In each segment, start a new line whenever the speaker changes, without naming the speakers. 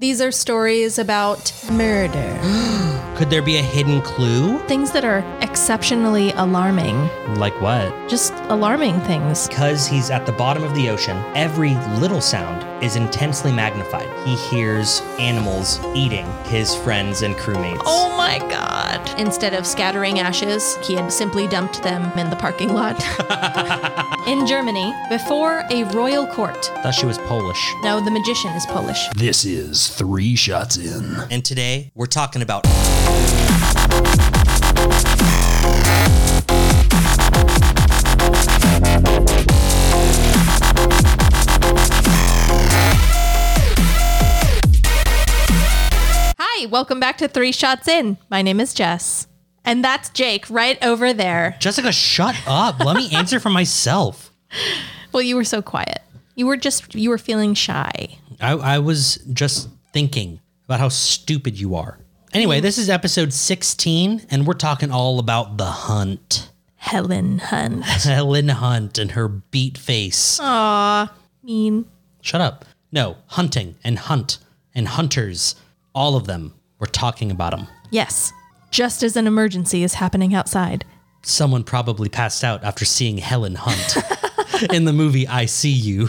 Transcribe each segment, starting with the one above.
These are stories about murder,
Could there be a hidden clue?
things that are exceptionally alarming,
Like what?
just alarming things.
Because he's at the bottom of the ocean, every little sound is intensely magnified. He hears animals eating his friends and crewmates.
Oh my god. Instead of scattering ashes, he had simply dumped them in the parking lot. in Germany, before a royal court.
Thought she was Polish.
No, the magician is Polish.
This is Three Shots In.
And today we're talking about
Hi, welcome back to Three Shots In. My name is Jess. And that's Jake right over there.
Jessica. Shut up. Let me answer for myself.
Well, you were so quiet. You were just, you were feeling shy.
I, I was just thinking about how stupid you are. Anyway, this is episode 16, and we're talking all about the hunt.
Helen Hunt.
Helen Hunt and her beat face.
Mean.
Shut up. No, hunting and hunt and hunters, all of them. We're talking about them.
Yes, just as an emergency is happening outside.
Someone probably passed out after seeing Helen Hunt in the movie I See You.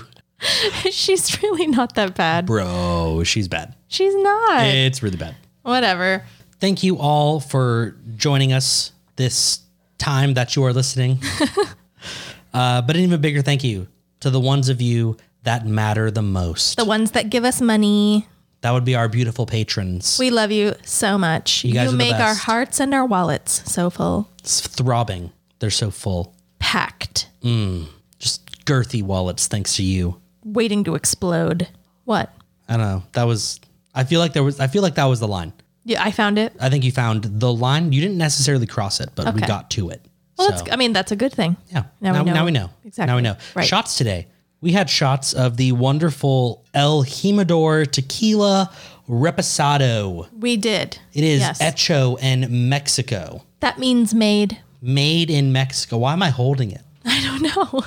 She's really not that bad.
Bro, she's bad.
She's not.
It's really bad.
Whatever.
Thank you all for joining us this time that you are listening. uh, but an even bigger thank you to the ones of you that matter the most.
The ones that give us money.
That would be our beautiful patrons.
We love you so much. You,
guys are the
make our
best.
hearts and our wallets so full.
It's throbbing. They're so full.
Packed.
Just girthy wallets, thanks to you.
Waiting to explode. What?
I don't know. That was. I feel like there was. I feel like that was the line.
Yeah, I found it.
I think you found the line. You didn't necessarily cross it, but we
Okay.
got to it.
Well,
So,
that's, I mean, that's a good thing.
yeah.
now we know.
Now we know.
Exactly.
Now we know.
Right.
Shots today. We had shots of the wonderful El Jimador Tequila Reposado.
We did.
It is
Yes.
Echo in Mexico,
that means made.
made in Mexico. Why am I holding it?
I don't know.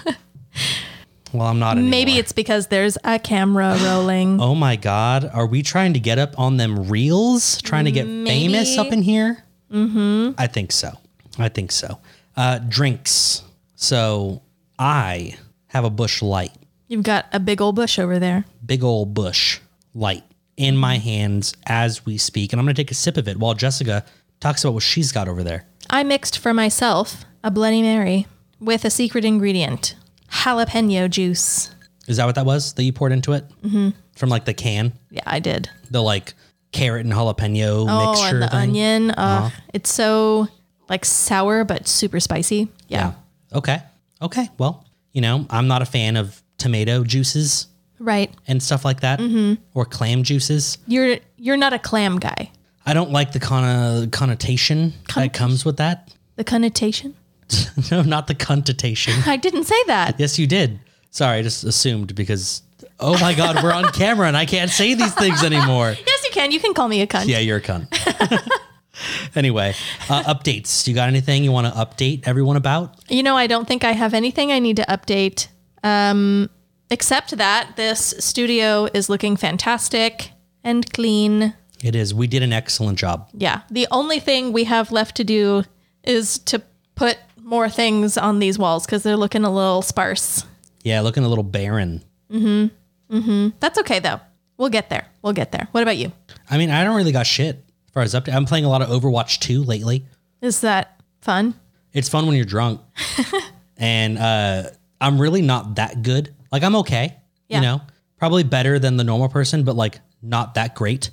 Well, I'm not. Anymore.
Maybe it's because there's a camera rolling.
Oh my God. Are we trying to get up on them reels? Trying to get famous up in here? Mm-hmm. I think so. I think so. Uh, drinks. So I have a bush light,
You've got a big old bush over there.
big old bush light in my
Mm-hmm.
hands as we speak. And I'm going to take a sip of it while Jessica talks about what she's got over there.
I mixed for myself a Bloody Mary with a secret ingredient jalapeno juice.
Is that what that was that you poured into it? Mm-hmm. From like the can,
Yeah, I did.
the like carrot and jalapeno
Oh,
mixture
and the
thing? Uh-huh.
onion. Uh, It's so like sour but super spicy. Yeah.
Yeah. Okay. Okay. Well, you know, I'm not a fan of tomato juices
Right.
and stuff like that, or clam juices.
You're you're not a clam guy.
I don't like the conno- connotation that comes with that.
The connotation?
no, not the connotation.
I didn't say that.
yes, you did. Sorry, I just assumed because. Oh my God, we're on camera and I can't say these things anymore.
Yes, you can. You can call me a cunt.
Yeah, you're a cunt. anyway, uh, updates. You got anything you want to update everyone about?
You know, I don't think I have anything I need to update. Um, except that this studio is looking fantastic and clean.
It is. We did an excellent job.
Yeah. The only thing we have left to do is to put more things on these walls because they're looking a little sparse.
Yeah, looking a little barren.
That's okay though. We'll get there. We'll get there. What about you?
I mean, I don't really got shit as far as update. I'm playing a lot of Overwatch 2 lately.
Is that fun?
It's fun when you're drunk. and uh, I'm really not that good. Like, I'm okay,
Yeah.
you know, probably better than the normal person, but like not that great.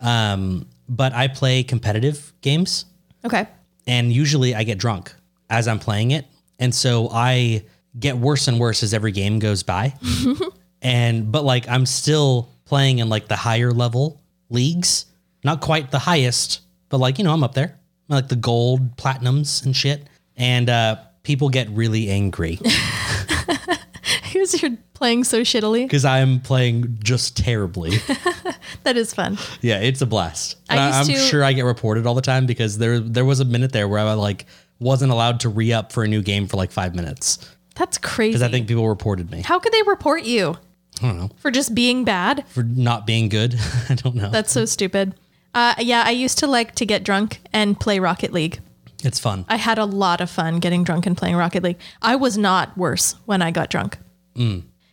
Um, but I play competitive games
Okay.
and usually I get drunk as I'm playing it. And so I get worse and worse as every game goes by. and but like I'm still playing in like the higher level leagues, not quite the highest, but like you know I'm up there, I'm like the gold, platinums and shit. And uh, people get really angry
Because you're playing so shittily.
because I'm playing just terribly.
That is fun.
yeah, it's a blast.
I
And I
used
am
to-
sure I get reported all the time because there there was a minute there where I like wasn't allowed to re up for a new game for like five minutes.
That's crazy.
because I think people reported me.
How could they report you?
I don't know.
for just being bad.
For not being good. I don't know.
That's so stupid. Uh, yeah, I used to like to get drunk and play Rocket League.
it's fun.
I had a lot of fun getting drunk and playing Rocket League. I was not worse when I got drunk.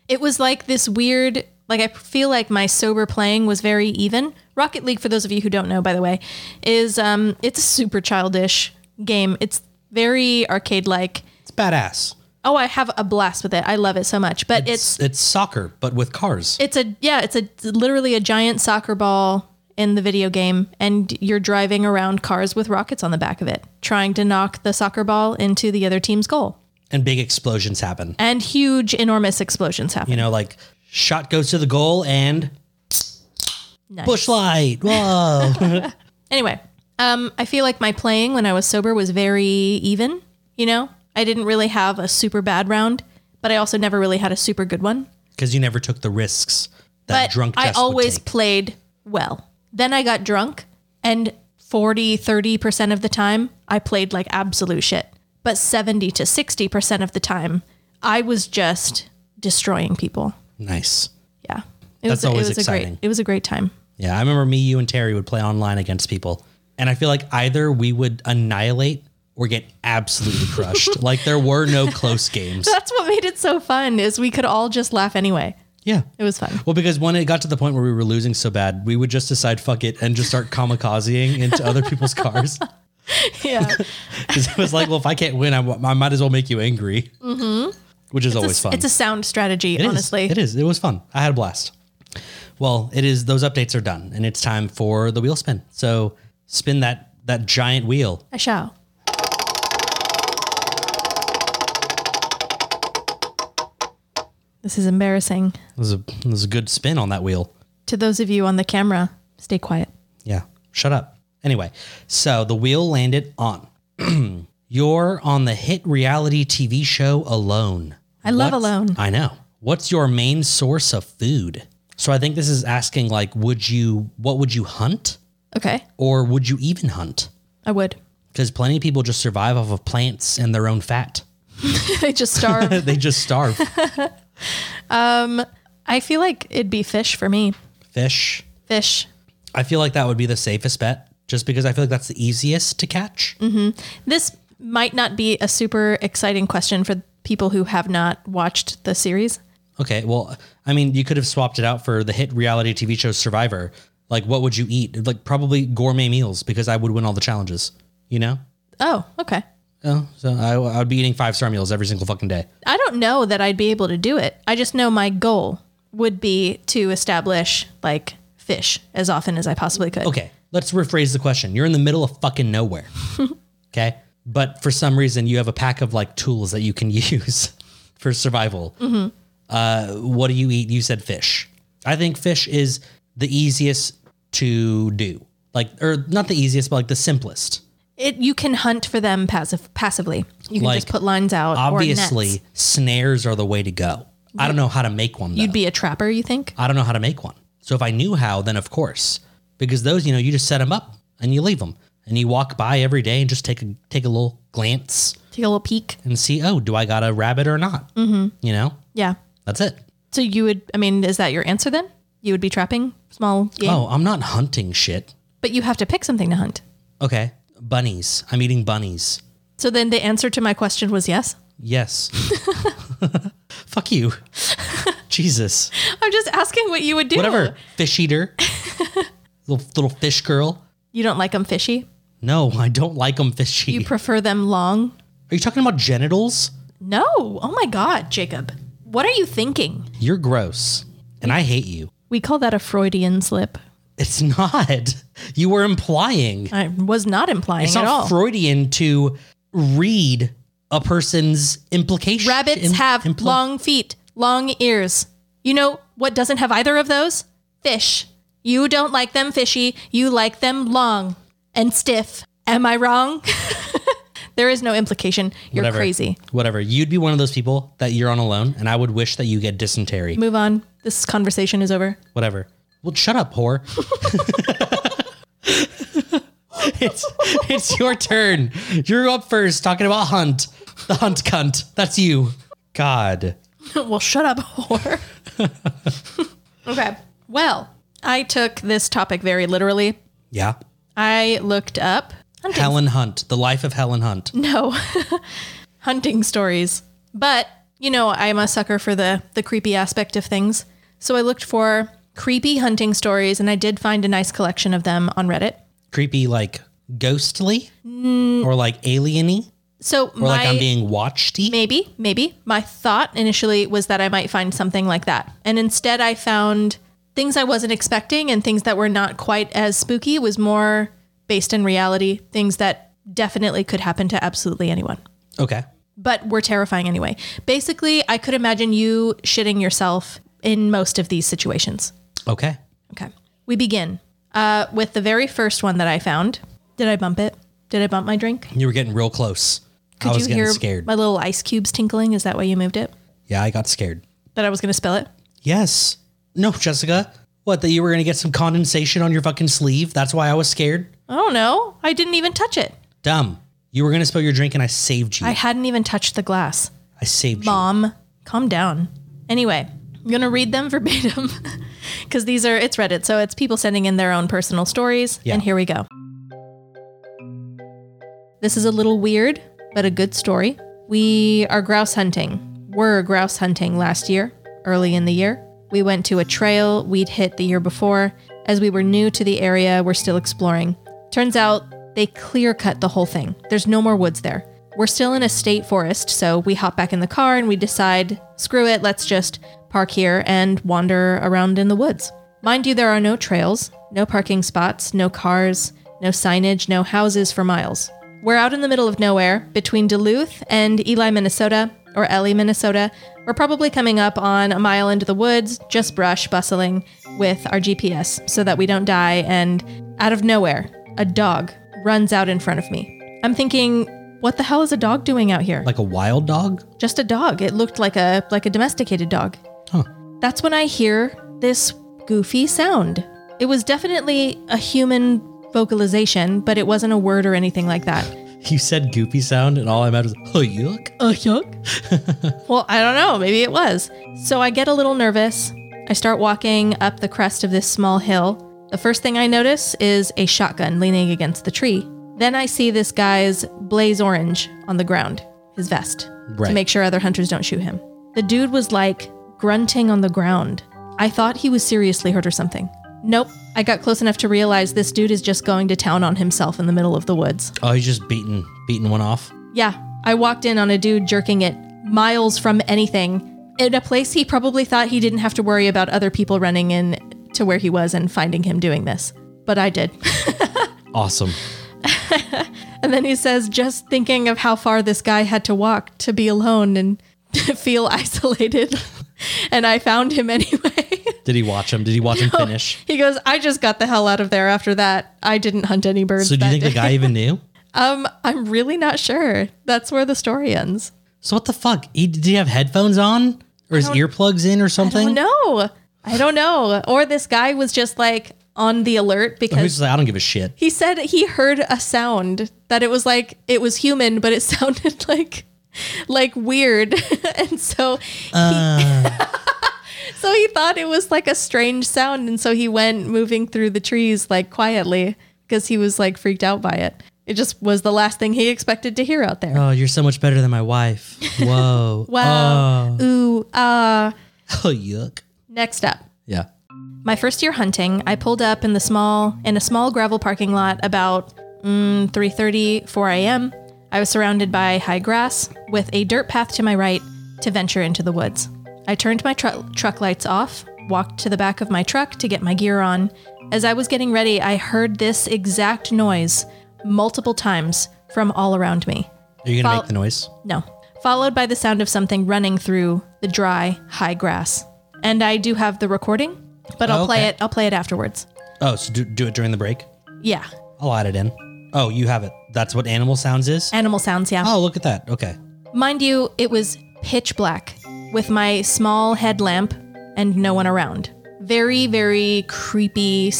It was like this weird, like I feel like my sober playing was very even. Rocket League, for those of you who don't know, by the way, is um, it's a super childish game. It's very arcade like.
It's badass.
Oh, I have a blast with it. I love it so much. But it's
It's, it's soccer, but with cars.
it's a yeah, it's a literally a giant soccer ball in the video game, and you're driving around cars with rockets on the back of it, trying to knock the soccer ball into the other team's goal.
and big explosions happen.
And huge, enormous explosions happen.
You know, like shot goes to the goal and
Nice.
bushlight. Whoa.
Anyway, um, I feel like my playing when I was sober was very even. You know, I didn't really have a super bad round, but I also never really had a super good one.
Because you never took the risks that
but
drunk
I
Jess would
always
take.
played well. Then I got drunk and 40, 30% of the time I played like absolute shit. But 70 to 60% of the time I was just destroying people.
Nice.
Yeah. It
That's
was,
always
it was a
exciting.
great, it was a great time.
Yeah, I remember me, you, and Terry would play online against people, and I feel like either we would annihilate or get absolutely crushed. like there were no close games.
That's what made it so fun is we could all just laugh anyway.
Yeah.
It was fun.
Well, because when it got to the point where we were losing so bad, we would just decide fuck it and just start kamikazeing into other people's cars.
Yeah.
'Cause it was like, well, if I can't win, I, I might as well make you angry, mm-hmm. which is always
it's,
fun.
it's a sound strategy,
It is.
honestly.
It is. It was fun. I had a blast. Well, it is those updates are done and it's time for the wheel spin. So spin that that giant wheel.
I shall. This is embarrassing.
There's a there's a good spin on that wheel.
To those of you on the camera, stay quiet.
Yeah. Shut up. Anyway, so the wheel landed on. You're on the hit reality TV show Alone.
I love Alone.
I know. What's your main source of food? So I think this is asking like would you what would you hunt
Okay,
or would you even hunt?
I would.
Because plenty of people just survive off of plants and their own fat.
I just starve.
they just starve.
I feel like it'd be fish for me.
Fish.
Fish.
I feel like that would be the safest bet, just because I feel like that's the easiest to catch.
This might not be a super exciting question for people who have not watched the series.
Okay. Well, I mean, you could have swapped it out for the hit reality TV show Survivor. Like, what would you eat? Like, probably gourmet meals, because I would win all the challenges. You know.
Oh, okay.
Oh, so I, I would be eating five star meals every single fucking day.
I don't know that I'd be able to do it. I just know my goal would be to establish like fish as often as I possibly could.
Okay, let's rephrase the question. You're in the middle of fucking nowhere. okay. But for some reason, you have a pack of like tools that you can use for survival. Uh, what do you eat? You said fish. I think fish is the easiest to do. Like, or not the easiest, but like the simplest.
It you can hunt for them passive passively. You can
Like,
just put lines out. or
Obviously, uh,
nets.
snares are the way to go. I don't know how to make one though.
you'd be a trapper. You think?
I don't know how to make one. So if I knew how, then of course, because those, you know, you just set them up and you leave them and you walk by every day and just take a take a little glance
Take a little peek.
and see, oh, do I got a rabbit or not? Mm-hmm. You know,
Yeah.
that's it.
So you would. I mean, is that your answer then? You would be trapping small game,
Oh, I'm not hunting shit.
but you have to pick something to hunt.
Okay, bunnies. I'm eating bunnies.
So then the answer to my question was yes.
Yes. Fuck you. Jesus.
I'm just asking what you would do.
Whatever. Fish eater. little little fish girl.
You don't like them fishy.
No, I don't like them fishy.
You prefer them long.
Are you talking about genitals?
No. Oh my God, Jacob. What are you thinking?
You're gross, and I hate you.
We call that a Freudian slip.
It's not. You were implying.
I was not implying
It's
at
not
all.
Freudian to read a person's implication.
Rabbits
im-
have
impl-
long feet, long ears. You know what doesn't have either of those? Fish. You don't like them fishy. You like them long and stiff. Am I wrong? there is no implication. You're
whatever.
crazy.
Whatever. You'd be one of those people that you're on alone, and I would wish that you get dysentery.
Move on. This conversation is over.
Whatever. Well, shut up, whore. it's it's your turn. You're up first, talking about hunt. The hunt cunt. That's you. God.
well, shut up, whore. Okay. Well, I took this topic very literally.
Yeah.
I looked up hunting.
Helen Hunt, the life of Helen Hunt.
No, hunting stories. But you know, I'm a sucker for the the creepy aspect of things. So I looked for creepy hunting stories, and I did find a nice collection of them on Reddit.
Creepy, like ghostly, or like alieny,
So
or
Mm. my
like I'm being watched-y.
maybe maybe my thought initially was that I might find something like that, and instead I found things I wasn't expecting and things that were not quite as spooky. It was more based in reality, things that definitely could happen to absolutely anyone.
Okay.
but were terrifying anyway. Basically, I could imagine you shitting yourself in most of these situations.
Okay.
Okay. We begin uh, with the very first one that I found. Did I bump it? Did I bump my drink?
You were getting real close.
Could
I was
you
getting
hear
scared.
my little ice cubes tinkling? Is that why you moved it?
yeah, I got scared.
That I was going to spill it?
Yes. No, Jessica. What, that you were going to get some condensation on your fucking sleeve? That's why I was scared?
I don't know. I didn't even touch it.
Dumb. You were going to spill your drink and I saved you.
I
I,
hadn't even touched the glass.
saved
Mom, calm down. Anyway, I'm going to read them verbatim because these are, it's Reddit. So it's people sending in their own personal stories.
Yeah.
And here we go. This is a little weird, but a good story. We are grouse hunting. Were grouse hunting last year, early in the year. We went to a trail we'd hit the year before. As we were new to the area, we're still exploring. Turns out they clear cut the whole thing. There's no more woods there. We're still in a state forest, so we hop back in the car and we decide, screw it, let's just park here and wander around in the woods. Mind you, there are no trails, no parking spots, no cars, no signage, no houses for miles. We're out in the middle of nowhere between Duluth and Eli, Minnesota, or Ellie, Minnesota. We're probably coming up on a mile into the woods, just brush bustling with our GPS so that we don't die. And out of nowhere, a dog runs out in front of me. I'm thinking, what the hell is a dog doing out here?
Like a wild dog?
just a dog. It looked like a like a domesticated dog.
Huh.
That's when I hear this goofy sound. It was definitely a human vocalization, but it wasn't a word or anything like that.
You said goopy sound and all I meant was, oh, yuck.
Oh, yuck. well, I don't know. Maybe it was. So I get a little nervous. I start walking up the crest of this small hill. The first thing I notice is a shotgun leaning against the tree. Then I see this guy's blaze orange on the ground, his vest,
Right.
to make sure other hunters don't shoot him. The dude was like grunting on the ground. I thought he was seriously hurt or something. Nope. I got close enough to realize this dude is just going to town on himself in the middle of the woods.
Oh, he's just beating, beating one off.
Yeah, I walked in on a dude jerking it miles from anything in a place he probably thought he didn't have to worry about other people running in to where he was and finding him doing this. But I did.
Awesome.
and then he says, just thinking of how far this guy had to walk to be alone and feel isolated. and I found him anyway.
Did he watch him? Did he watch him finish?
he goes, I just got the hell out of there after that. I didn't hunt any birds.
So do
that
you think
day.
the guy even knew?
Um, I'm really not sure. That's where the story ends.
So what the fuck? He, did he have headphones on? Or his earplugs in or something?
Oh, No, I don't know. Or this guy was just like on the alert
Who's
because
just like, I don't give a shit.
he said he heard a sound that it was like it was human, but it sounded like like weird, and so he,
Ah.
so he thought it was like a strange sound, and so he went moving through the trees like quietly because he was like freaked out by it. It just was the last thing he expected to hear out there.
Oh, you're so much better than my wife. Whoa.
Wow. Ooh, ah.
Oh, oh, yuck.
next up.
Yeah.
My first year hunting, I pulled up in the small in a small gravel parking lot about mm, 3:30, 4 a.m. I was surrounded by high grass with a dirt path to my right to venture into the woods. I turned my tru- truck lights off, walked to the back of my truck to get my gear on. As I was getting ready, I heard this exact noise multiple times from all around me.
Are you gonna
Fol-
make the noise?
No. Followed by the sound of something running through the dry, high grass. And I do have the recording, but I'll
Oh,
play
okay.
it. I'll play it afterwards.
Oh, so do, do it during the break.
Yeah.
I'll add it in. Oh, you have it. That's what animal sounds is.
Animal sounds, yeah.
Oh, look at that. Okay.
Mind you, it was pitch black with my small headlamp and no one around. Very, very creepy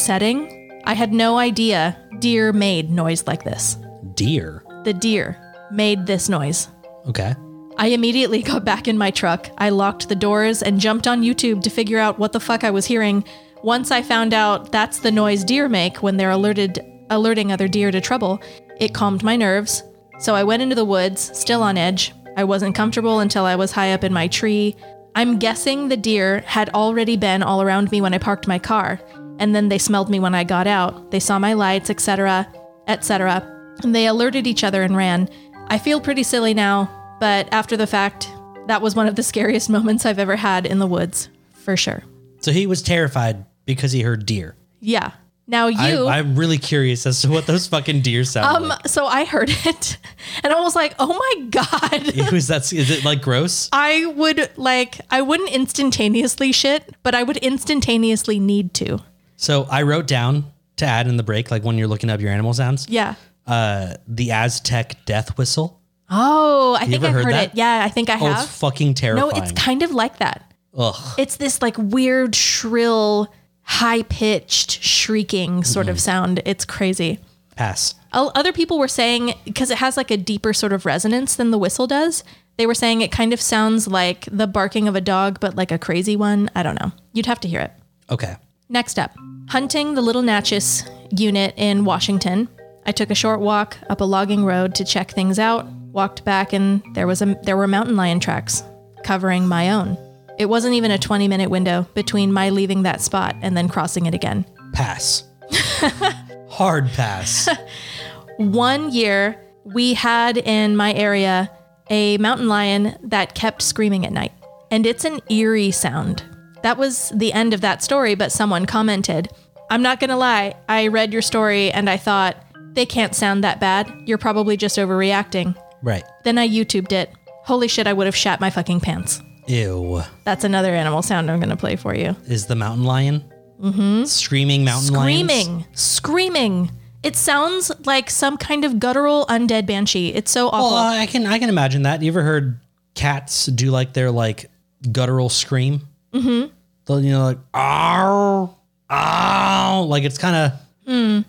setting. I had no idea deer made noise like this.
Deer.
The deer made this noise.
Okay.
I immediately got back in my truck. I locked the doors and jumped on YouTube to figure out what the fuck I was hearing. Once I found out that's the noise deer make when they're alerted alerting other deer to trouble, it calmed my nerves. So I went into the woods, still on edge. I wasn't comfortable until I was high up in my tree. I'm guessing the deer had already been all around me when I parked my car, and then they smelled me when I got out. They saw my lights, etc., etc. And they alerted each other and ran. I feel pretty silly now, but after the fact, that was one of the scariest moments I've ever had in the woods, for sure.
So he was terrified because he heard deer.
Yeah. Now you.
I, I'm really curious as to what those fucking deer sound
um,
like.
so I heard it and I was like, oh my God.
It was that's is it like gross?
I would like, I wouldn't instantaneously shit, but I would instantaneously need to.
So I wrote down to add in the break, like when you're looking up your animal sounds,
Yeah.
uh, the Aztec death whistle.
Oh, I think
ever
I've
heard
heard,
that?
it. Yeah, I think I
Oh,
have.
it's fucking
no,
terrifying.
it's kind of like that.
Ugh.
It's this like weird, shrill, high pitched, shrieking sort
Mm-hmm.
of sound. It's crazy.
Pass.
O- Other people were saying, because it has like a deeper sort of resonance than the whistle does, they were saying it kind of sounds like the barking of a dog, but like a crazy one. I don't know. You'd have to hear it.
Okay.
Next up, hunting the Little Natchez unit in Washington. I took a short walk up a logging road to check things out, walked back and there was a there were mountain lion tracks covering my own. It wasn't even a 20-minute window between my leaving that spot and then crossing it again.
Pass. Hard pass.
One year, we had in my area a mountain lion that kept screaming at night, and it's an eerie sound. That was the end of that story, but someone commented, I'm not gonna lie, I read your story and I thought, they can't sound that bad. You're probably just overreacting.
Right.
Then I YouTubed it. Holy shit, I would have shat my fucking pants.
Ew.
That's another animal sound I'm gonna play for you.
Is the mountain lion? Mm-hmm. Screaming mountain lion.
Screaming, screaming. It sounds like some kind of guttural undead banshee. It's so awful.
Well, I can I can imagine that. You ever heard cats do like their like guttural scream? Mm-hmm. They'll you know like ow ow like it's kind of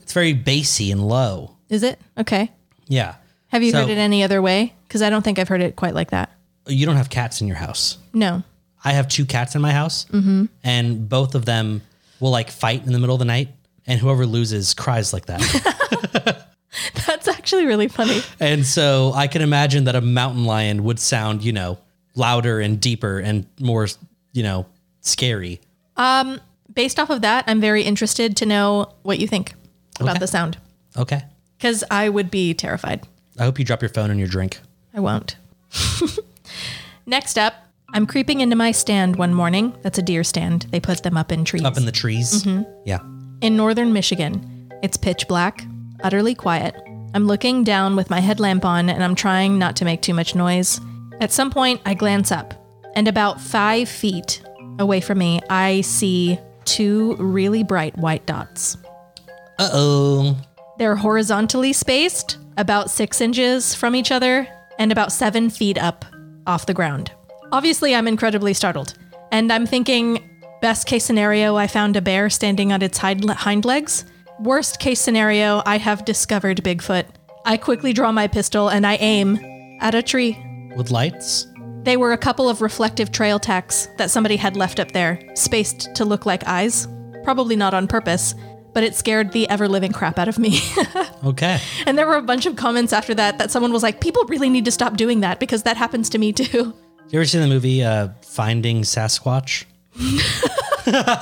it's very bassy and low.
Is it? Okay.
Yeah.
Have you
So-
heard it any other way? Because I don't think I've heard it quite like that.
You don't have cats in your house.
No.
I have two cats in my house, and both of them will like fight in the middle of the night, and whoever loses cries like that.
That's actually really funny.
and so I can imagine that a mountain lion would sound, you know, louder and deeper and more, you know, scary.
Based off of that, I'm very interested to know what you think about
Okay.
the sound
Okay.
because I would be terrified.
I hope you drop your phone and your drink.
I won't. Next up, I'm creeping into my stand one morning. That's a deer stand. They put them up in trees.
Up in the trees. Yeah.
In northern Michigan, it's pitch black, utterly quiet. I'm looking down with my headlamp on and I'm trying not to make too much noise. At some point, I glance up, and about five feet away from me, I see two really bright white dots.
Uh oh.
They're horizontally spaced, about six inches from each other, and about seven feet up off the ground. Obviously, I'm incredibly startled, and I'm thinking best case scenario, I found a bear standing on its hind, hind legs. Worst case scenario, I have discovered Bigfoot. I quickly draw my pistol and I aim at a tree.
With lights.
They were a couple of reflective trail tacks that somebody had left up there, spaced to look like eyes. Probably not on purpose, but it scared the ever living crap out of me.
Okay.
And there were a bunch of comments after that that someone was like, people really need to stop doing that because that happens to me too.
You ever seen the movie uh, Finding Sasquatch?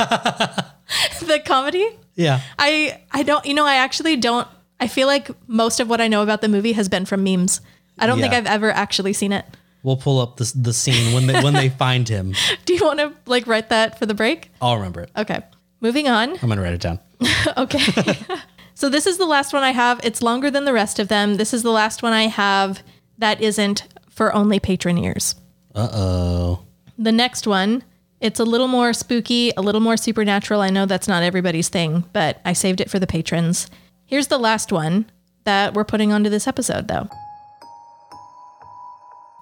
the comedy?
Yeah.
I I don't you know, I actually don't I feel like most of what I know about the movie has been from memes. I don't think
Yeah.
I've ever actually seen it.
We'll pull up the, the scene when they when they find him.
Do you want to like write that for the break?
I'll remember it.
Okay. Moving on.
I'm gonna write it down.
Okay. so this is the last one I have. It's longer than the rest of them. This is the last one I have that isn't for only patron ears.
Uh oh.
The next one, it's a little more spooky, a little more supernatural. I know that's not everybody's thing, but I saved it for the patrons. Here's the last one that we're putting onto this episode, though.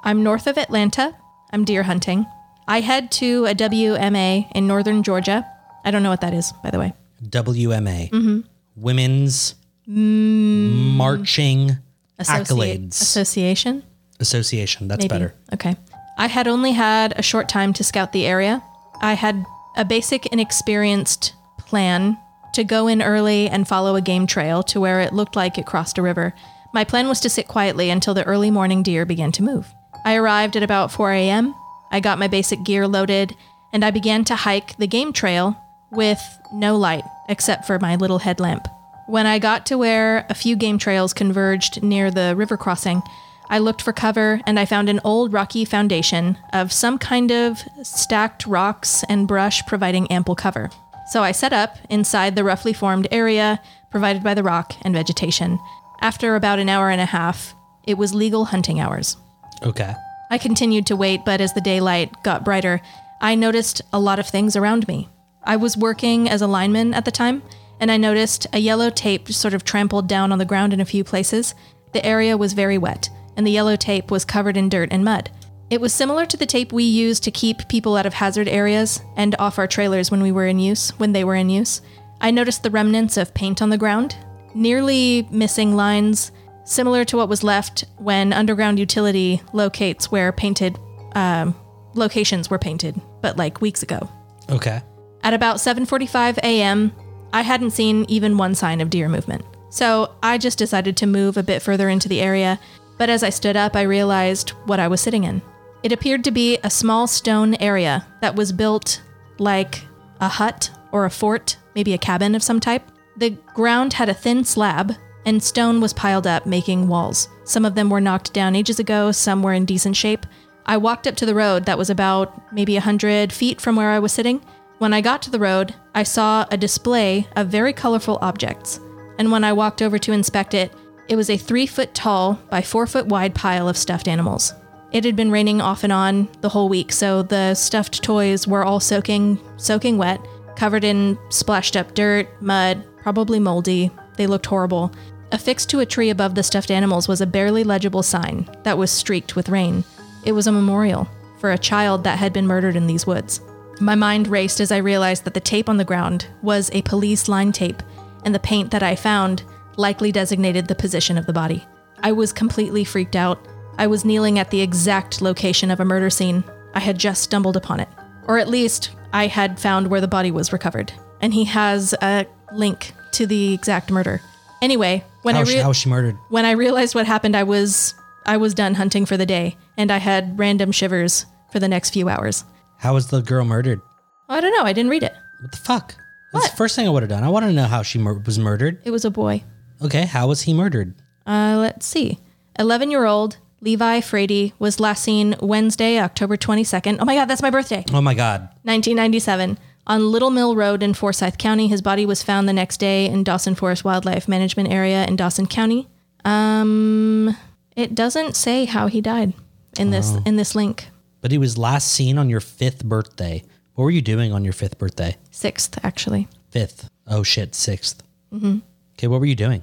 I'm north of Atlanta. I'm deer hunting. I head to a WMA in northern Georgia. I don't know what that is, by the way.
WMA. Women's marching
Associ-
accolades.
Association?
Association. That's
Maybe.
better.
Okay. I had only had a short time to scout the area. I had a basic and experienced plan to go in early and follow a game trail to where it looked like it crossed a river. My plan was to sit quietly until the early morning deer began to move. I arrived at about 4 a.m. I got my basic gear loaded and I began to hike the game trail with no light except for my little headlamp. When I got to where a few game trails converged near the river crossing, I looked for cover and I found an old rocky foundation of some kind of stacked rocks and brush providing ample cover. So I set up inside the roughly formed area provided by the rock and vegetation. After about an hour and a half, it was legal hunting hours.
Okay.
I continued to wait, but as the daylight got brighter, I noticed a lot of things around me. I was working as a lineman at the time, and I noticed a yellow tape sort of trampled down on the ground in a few places. The area was very wet, and the yellow tape was covered in dirt and mud. It was similar to the tape we used to keep people out of hazard areas and off our trailers when we were in use, when they were in use. I noticed the remnants of paint on the ground, nearly missing lines, similar to what was left when underground utility locates where painted um, locations were painted, but like weeks ago.
Okay.
At about 7:45 a.m., I hadn't seen even one sign of deer movement. So, I just decided to move a bit further into the area, but as I stood up, I realized what I was sitting in. It appeared to be a small stone area that was built like a hut or a fort, maybe a cabin of some type. The ground had a thin slab and stone was piled up, making walls. Some of them were knocked down ages ago, some were in decent shape. I walked up to the road that was about maybe a 100 feet from where I was sitting. When I got to the road, I saw a display of very colorful objects. And when I walked over to inspect it, it was a three foot tall by four foot wide pile of stuffed animals. It had been raining off and on the whole week, so the stuffed toys were all soaking, soaking wet, covered in splashed up dirt, mud, probably moldy. They looked horrible. Affixed to a tree above the stuffed animals was a barely legible sign that was streaked with rain. It was a memorial for a child that had been murdered in these woods. My mind raced as I realized that the tape on the ground was a police line tape, and the paint that I found likely designated the position of the body. I was completely freaked out. I was kneeling at the exact location of a murder scene. I had just stumbled upon it. Or at least, I had found where the body was recovered. And he has a link to the exact murder. Anyway, when
How,
I
she,
realized
how was she murdered?
when I realized what happened, I was I was done hunting for the day, and I had random shivers for the next few hours. Oh,
How was the girl murdered?
I don't know. I didn't read it.
What the fuck? That's the first thing I would have done. I want to know how she mur- was murdered.
It was a boy.
Okay. How was he murdered?
Uh, let's see. 11 year old Levi Frady was last seen Wednesday, October 22nd. Oh my God, that's my birthday.
Oh my God.
1997. On Little Mill Road in Forsyth County. His body was found the next day in Dawson Forest Wildlife Management Area in Dawson County. Um, it doesn't say how he died in this in this link.
But he was last seen on your fifth birthday. What were you doing on your fifth birthday?
Sixth, actually.
Fifth. Oh shit. 6th
Mm-hmm.
Okay. What were you doing?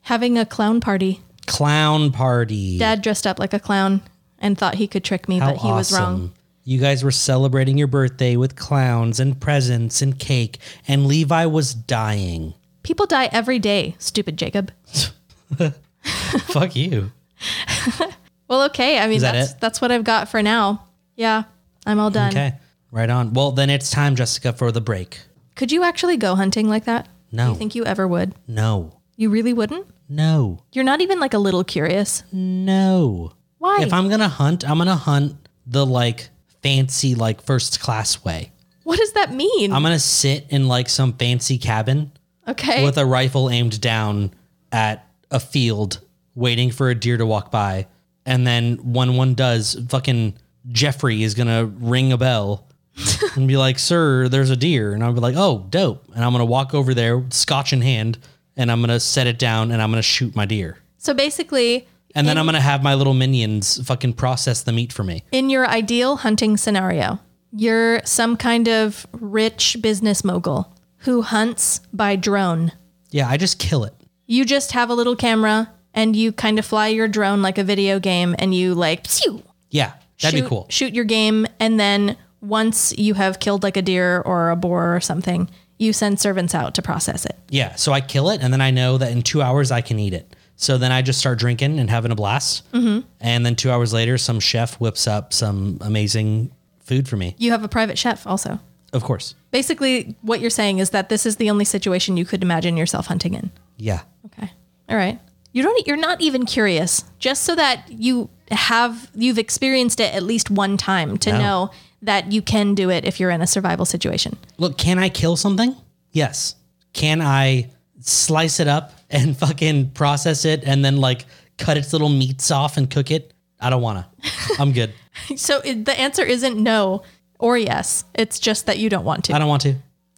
Having a clown party.
Clown party.
Dad dressed up like a clown and thought he could trick me,
How
but he was wrong.
awesome. You guys were celebrating your birthday with clowns and presents and cake, and Levi was dying.
People die every day, stupid Jacob.
Fuck you.
Well, okay. I mean,
that
that's
it?
that's what I've got for now. Yeah, I'm all done.
Okay. Right on. Well, then it's time, Jessica, for the break.
Could you actually go hunting like that?
No.
Do you think you ever would?
No.
You really wouldn't?
No.
You're not even like a little curious.
No.
Why?
If I'm going to hunt, I'm going to hunt the like fancy, like first class way.
what does that mean?
I'm going to sit in like some fancy cabin
okay.
with a rifle aimed down at a field, waiting for a deer to walk by. And then when one does, fucking Jeffrey is gonna ring a bell and be like, "Sir, there's a deer," and I'll be like, "Oh, dope!" And I'm gonna walk over there, scotch in hand, and I'm gonna set it down and I'm gonna shoot my deer.
so basically,
And then I'm gonna have my little minions fucking process the meat for me.
in your ideal hunting scenario, you're some kind of rich business mogul who hunts by drone.
Yeah, I just kill it.
you just have a little camera and you kind of fly your drone like a video game and you like phew,
Yeah, that'd
shoot,
be cool.
shoot your game and then once you have killed like a deer or a boar or something you send servants out to process it
Yeah, so I kill it, and then I know that in two hours I can eat it. So then I just start drinking and having a blast. And then two hours later, some chef whips up some amazing food for me.
You have a private chef also.
Of course.
Basically, what you're saying is that this is the only situation you could imagine yourself hunting in.
Yeah.
Okay. All right. You don't e, you're not even curious just so that you have you've experienced it at least one time to
No.
know that you can do it if you're in a survival situation.
Look, can I kill something? Yes. Can I slice it up and fucking process it and then like cut its little meats off and cook it? I don't wanna. I'm good.
So it, the answer isn't no or yes. It's just that you don't want to.
I don't want to.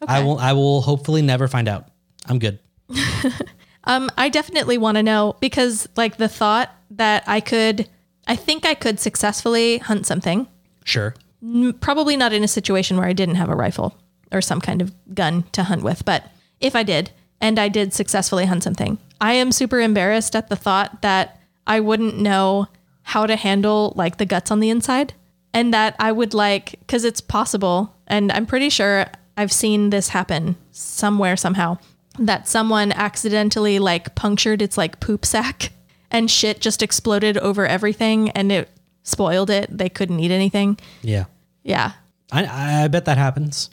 I will I will hopefully never find out. I'm good.
I definitely want to know because like the thought that I could I think I could successfully hunt something,
Sure.
probably not in a situation where I didn't have a rifle or some kind of gun to hunt with, but if I did and I did successfully hunt something, I am super embarrassed at the thought that I wouldn't know how to handle like the guts on the inside and that I would like cuz it's possible and I'm pretty sure I've seen this happen somewhere somehow that someone accidentally like punctured its like poop sack and shit just exploded over everything and it spoiled it. They couldn't eat anything.
Yeah.
Yeah.
I I bet that happens.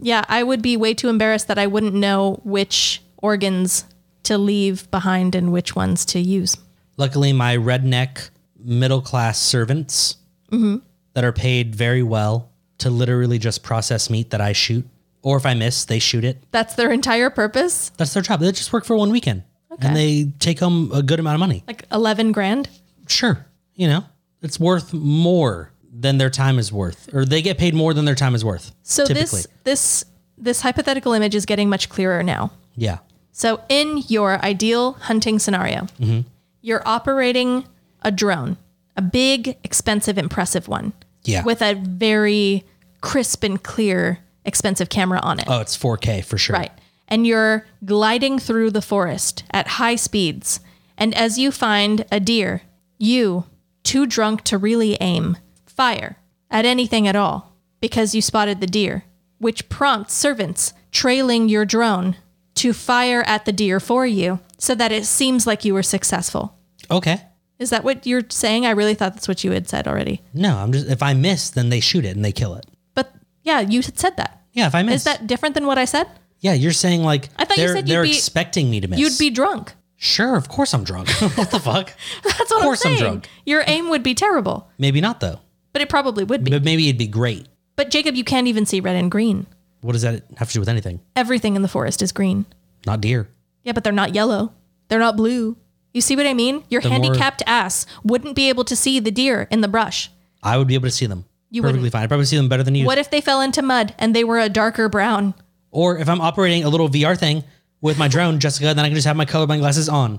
Yeah, I would be way too embarrassed that I wouldn't know which organs to leave behind and which ones to use.
Luckily, my redneck middle class servants
Mm-hmm.
that are paid very well to literally just process meat that I shoot, or if I miss, they shoot it.
That's their entire purpose?
That's their job. They just work for one weekend
Okay.
and they take home a good amount of money.
Like 11 grand?
Sure, you know, it's worth more than their time is worth, or they get paid more than their time is worth.
So
typically,
this this this hypothetical image is getting much clearer now.
yeah,
So in your ideal hunting scenario,
Mm-hmm.
you're operating a drone, a big, expensive, impressive one.
Yeah.
With a very crisp and clear expensive camera on it.
oh, it's 4K for sure.
Right. And you're gliding through the forest at high speeds. And as you find a deer, you, too drunk to really aim, fire at anything at all because you spotted the deer, which prompts servants trailing your drone to fire at the deer for you so that it seems like you were successful.
Okay,
Is that what you're saying? I really thought that's what you had said already.
no, I'm just if I miss, then they shoot it and they kill it.
But yeah, you had said that.
Yeah, if I miss,
Is that different than what I said?
yeah, you're saying like
I thought you
they're
said you'd
they're
be-
expecting me to miss.
You'd be drunk.
Sure, of course I'm drunk. what the fuck?
That's what
Of course
I'm
I'm
saying.
drunk.
Your aim would be terrible.
Maybe not though.
But it probably would be.
But maybe it'd be great.
But Jacob, you can't even see red and green.
What does that have to do with anything?
Everything in the forest is green.
Not deer.
Yeah, but they're not yellow. They're not blue. You see what I mean? Your
more-
handicapped ass wouldn't be able to see the deer in the brush.
I would be able to see them.
You
perfectly
wouldn't.
fine. I probably see them better than you.
What if they fell into mud and they were a darker brown?
Or if I'm operating a little VR thing with my drone, Jessica, then I can just have my colorblind glasses on,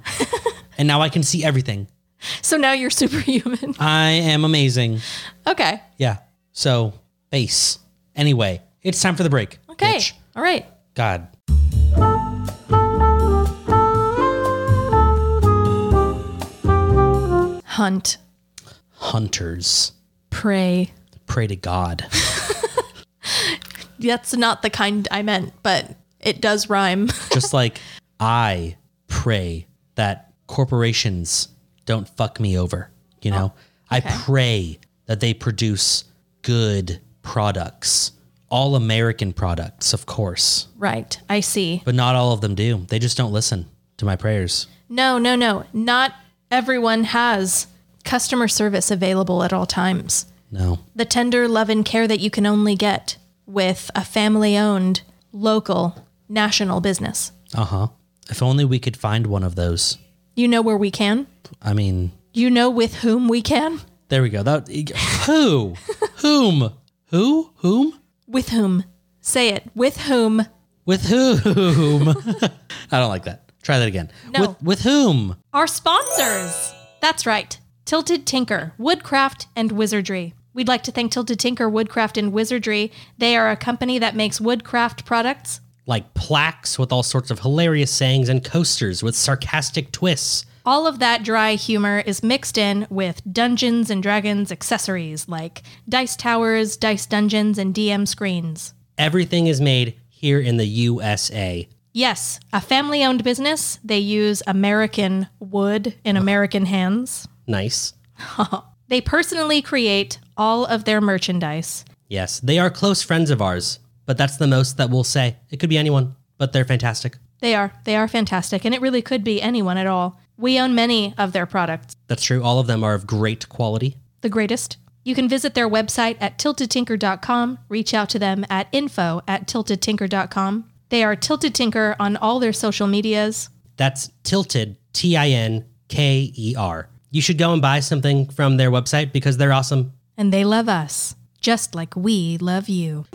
and now I can see everything.
So now you're superhuman.
I am amazing.
okay.
Yeah. So face. Anyway, it's time for the break.
Okay.
bitch.
All right.
God.
Hunt,
Hunters
prey.
pray to God.
That's not the kind I meant, but it does rhyme.
just like I pray that corporations don't fuck me over. You know, I pray that they produce good products, all American products, of course,
right. I see.
but not all of them do. They just don't listen to my prayers.
No, no, no. Not everyone has customer service available at all times.
No.
the tender love and care that you can only get with a family owned, local, national business.
Uh huh. If only we could find one of those.
You know where we can,
I mean,
you know with whom we can,
there we go. That who, whom, who, whom,
with whom. Say it, with whom.
with whom? I don't like that. Try that again.
No.
With with whom?
Our sponsors! That's right. Tilted Tinker, Woodcraft, and Wizardry. We'd like to thank Tilted Tinker, Woodcraft, and Wizardry. They are a company that makes woodcraft products,
like plaques with all sorts of hilarious sayings and coasters with sarcastic twists.
All of that dry humor is mixed in with Dungeons and Dragons accessories like dice towers, dice dungeons, and DM screens.
Everything is made here in the USA.
Yes, a family owned business. They use American wood in American hands.
Nice.
They personally create all of their merchandise.
Yes, they are close friends of ours, but that's the most that we'll say. It could be anyone, but they're fantastic.
They are. They are fantastic, and it really could be anyone at all. We own many of their products,
That's true. All of them are of great quality.
the greatest. You can visit their website at tiltedtinker.com, reach out to them at info at tiltedtinker.com. They are Tilted Tinker on all their social medias.
That's Tilted, T I N K E R. You should go and buy something from their website because they're awesome.
and they love us just like we love you.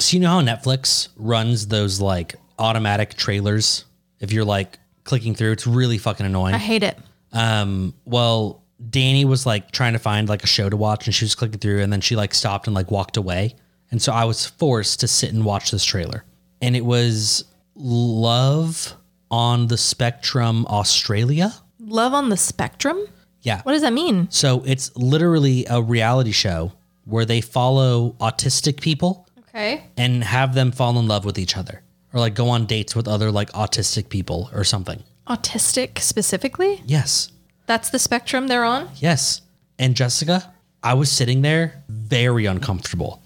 So, you know how Netflix runs those like automatic trailers? If you're like clicking through, it's really fucking annoying.
I hate it.
Um, well, Danny was like trying to find like a show to watch and she was clicking through and then she like stopped and like walked away. And so I was forced to sit and watch this trailer. And it was Love on the Spectrum Australia.
Love on the spectrum?
Yeah.
What does that mean?
So it's literally a reality show where they follow autistic people
Okay.
and have them fall in love with each other or like go on dates with other like autistic people or something.
Autistic specifically?
Yes.
That's the spectrum they're on?
Yes. And Jessica, I was sitting there very uncomfortable.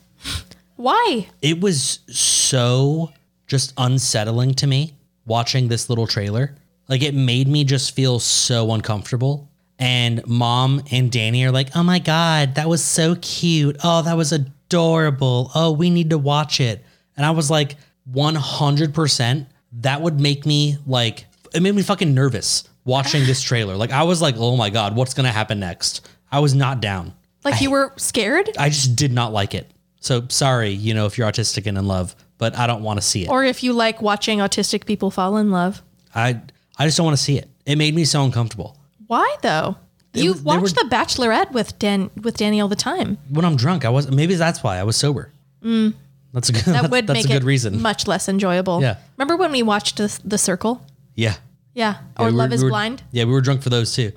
Why?
It was so just unsettling to me watching this little trailer. Like it made me just feel so uncomfortable. And mom and Danny are like, oh my God, that was so cute. Oh, that was adorable. Oh, we need to watch it. And I was like, 100%, that would make me like, it made me fucking nervous watching this trailer. Like I was like, oh my God, what's going to happen next? I was not down.
Like you were scared?
I just did not like it. So sorry, you know, if you're autistic and in love, but I don't want to see it.
Or if you like watching autistic people fall in love?
I I just don't want to see it. It made me so uncomfortable.
Why though?
they
You've
were-
watched The Bachelorette with Dan with Danny all the time.
When I'm drunk, I was maybe that's why I was sober. That's a
Mm.
good that
That would
that's
make
a good
it
reason.
much less enjoyable.
Yeah.
Remember when we watched The, the Circle?
yeah.
Yeah. Or
Yeah, we were-
Love is
we were-
Blind? Mm-hmm.
Yeah, we were drunk for those too.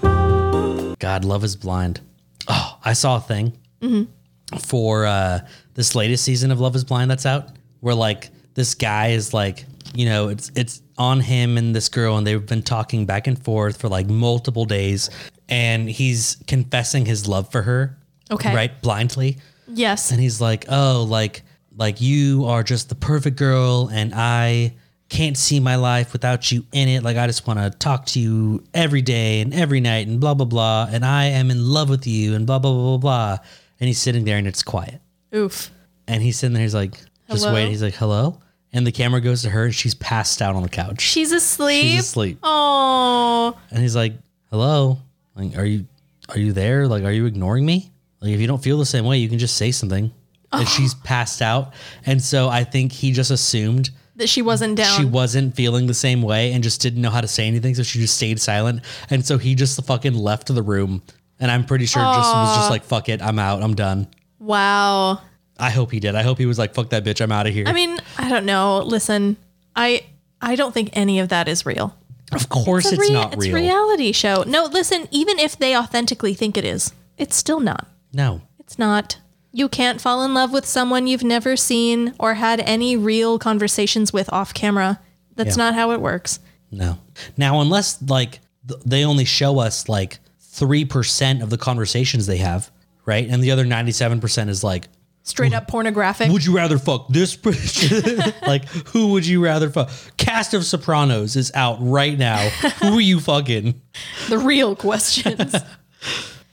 God, Love is Blind. Oh, I saw a thing
Mm-hmm.
for uh, this latest season of Love is Blind that's out, where like this guy is like, you know, it's it's on him and this girl, and they've been talking back and forth for like multiple days, and he's confessing his love for her.
Okay.
Right, blindly
Yes.
and he's like, "Oh, like like you are just the perfect girl and I can't see my life without you in it. Like I just want to talk to you every day and every night and blah blah blah and I am in love with you and blah blah blah blah blah." And he's sitting there and it's quiet.
Oof.
And he's sitting there he's like just
Hello?
waiting. He's like, "Hello?" And the camera goes to her and she's passed out on the couch.
She's asleep.
She's asleep.
Oh.
And he's like, "Hello? Like are you are you there? Like are you ignoring me? Like if you don't feel the same way, you can just say something."
Oh.
And she's passed out. And so I think he just assumed
that she wasn't down.
she wasn't feeling the same way and just didn't know how to say anything, so she just stayed silent. And so he just fucking left the room. And I'm pretty sure just was just like, "Fuck it, I'm out. I'm done."
wow.
I hope he did. I hope he was like, "Fuck that bitch, I'm out of here."
I mean, I don't know. Listen, I I don't think any of that is real.
of course, it's,
Rea-
not
it's
real.
reality show. No, listen, even if they authentically think it is, it's still not.
No,
It's not. You can't fall in love with someone you've never seen or had any real conversations with off camera. That's
Yeah.
not how it works.
No. Now, unless like th- they only show us like 3% of the conversations they have, right? And the other 97% is like,
Straight up pornographic.
would you rather fuck this person? like, who would you rather fuck? Cast of Sopranos is out right now. who are you fucking?
the real questions.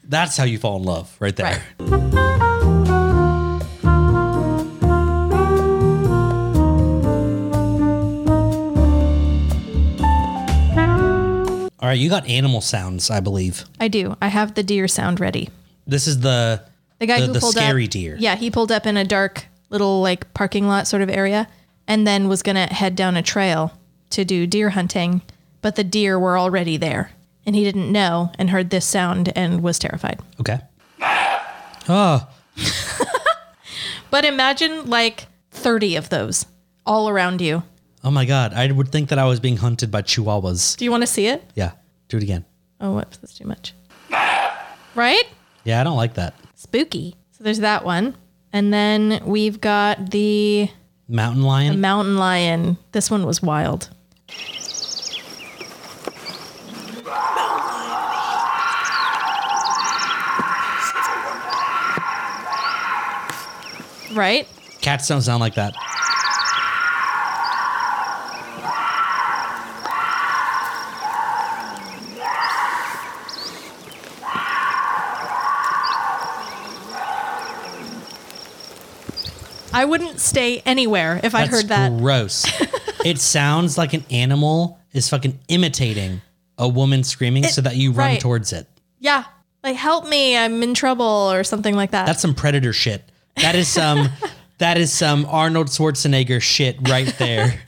That's how you fall in love right there. All right, you got animal sounds, I believe.
I do. I have the deer sound ready.
This is the
The guy
The-
who
the
pulled
scary
up,
deer.
Yeah, he pulled up in a dark little like parking lot sort of area, and then was gonna head down a trail to do deer hunting, but the deer were already there, and he didn't know and heard this sound and was terrified.
okay. Oh,
But imagine like thirty of those all around you.
Oh my god, I would think that I was being hunted by chihuahuas.
Do you want to see it?
Yeah, do it again.
Oh, whoops, that's too much. Right?
Yeah, I don't like that.
Spooky. So there's that one. And then we've got the
Mountain lion.
mountain lion. This one was wild. Right?
Cats don't sound like that.
I wouldn't stay anywhere if I
That's
heard that.
Gross. it sounds like an animal is fucking imitating a woman screaming so that you run
right.
towards it.
Yeah. Like, help me, I'm in trouble, or something like that.
That's some predator shit. That is some that is some Arnold Schwarzenegger shit right there.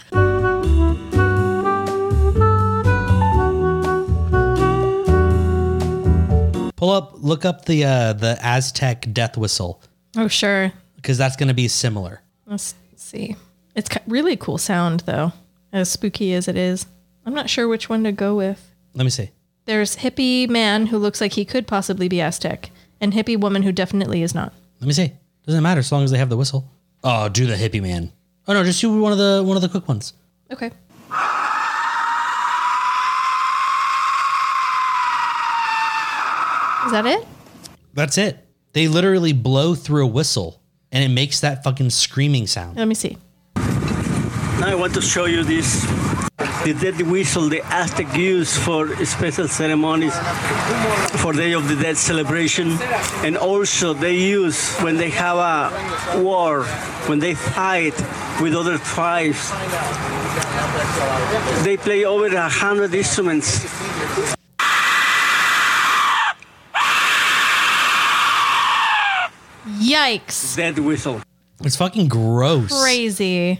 Pull up look up the uh the Aztec death whistle
oh, sure.
because that's going to be similar.
Let's see. It's ki- really cool sound, though, as spooky as it is. I'm not sure which one to go with.
Let me see.
There's hippie man who looks like he could possibly be Aztec, and hippie woman who definitely is not.
Let me see. Doesn't matter as long as they have the whistle. Oh, do the hippie man. Oh no, just do one of the one of the quick ones.
Okay. Is that it?
That's it. They literally blow through a whistle and it makes that fucking screaming sound.
Let me see.
Now I want to show you this. The dead whistle the Aztec used for special ceremonies, for Day of the Dead celebration, and also they use when they have a war, when they fight with other tribes. They play over a hundred instruments.
Yikes.
Dead whistle.
It's fucking gross.
Crazy.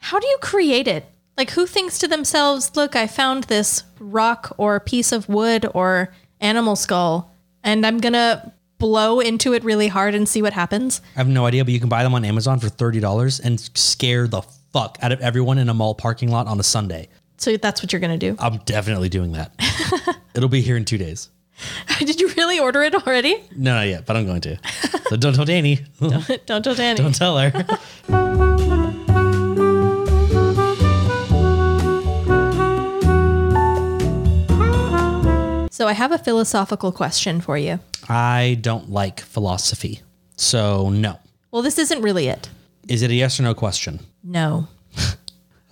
How do you create it? Like, who thinks to themselves, look, I found this rock or piece of wood or animal skull, and I'm going to blow into it really hard and see what happens?
I have no idea, but you can buy them on Amazon for thirty dollars and scare the fuck out of everyone in a mall parking lot on a Sunday.
So that's what you're going to do.
I'm definitely doing that. It'll be here in two days.
Did you really order it already?
No, not yet, but I'm going to. So don't tell Danny.
Don't tell Danny.
don't tell her.
So I have a philosophical question for you.
I don't like philosophy. So no.
Well, this isn't really it.
Is it a yes or no question?
No.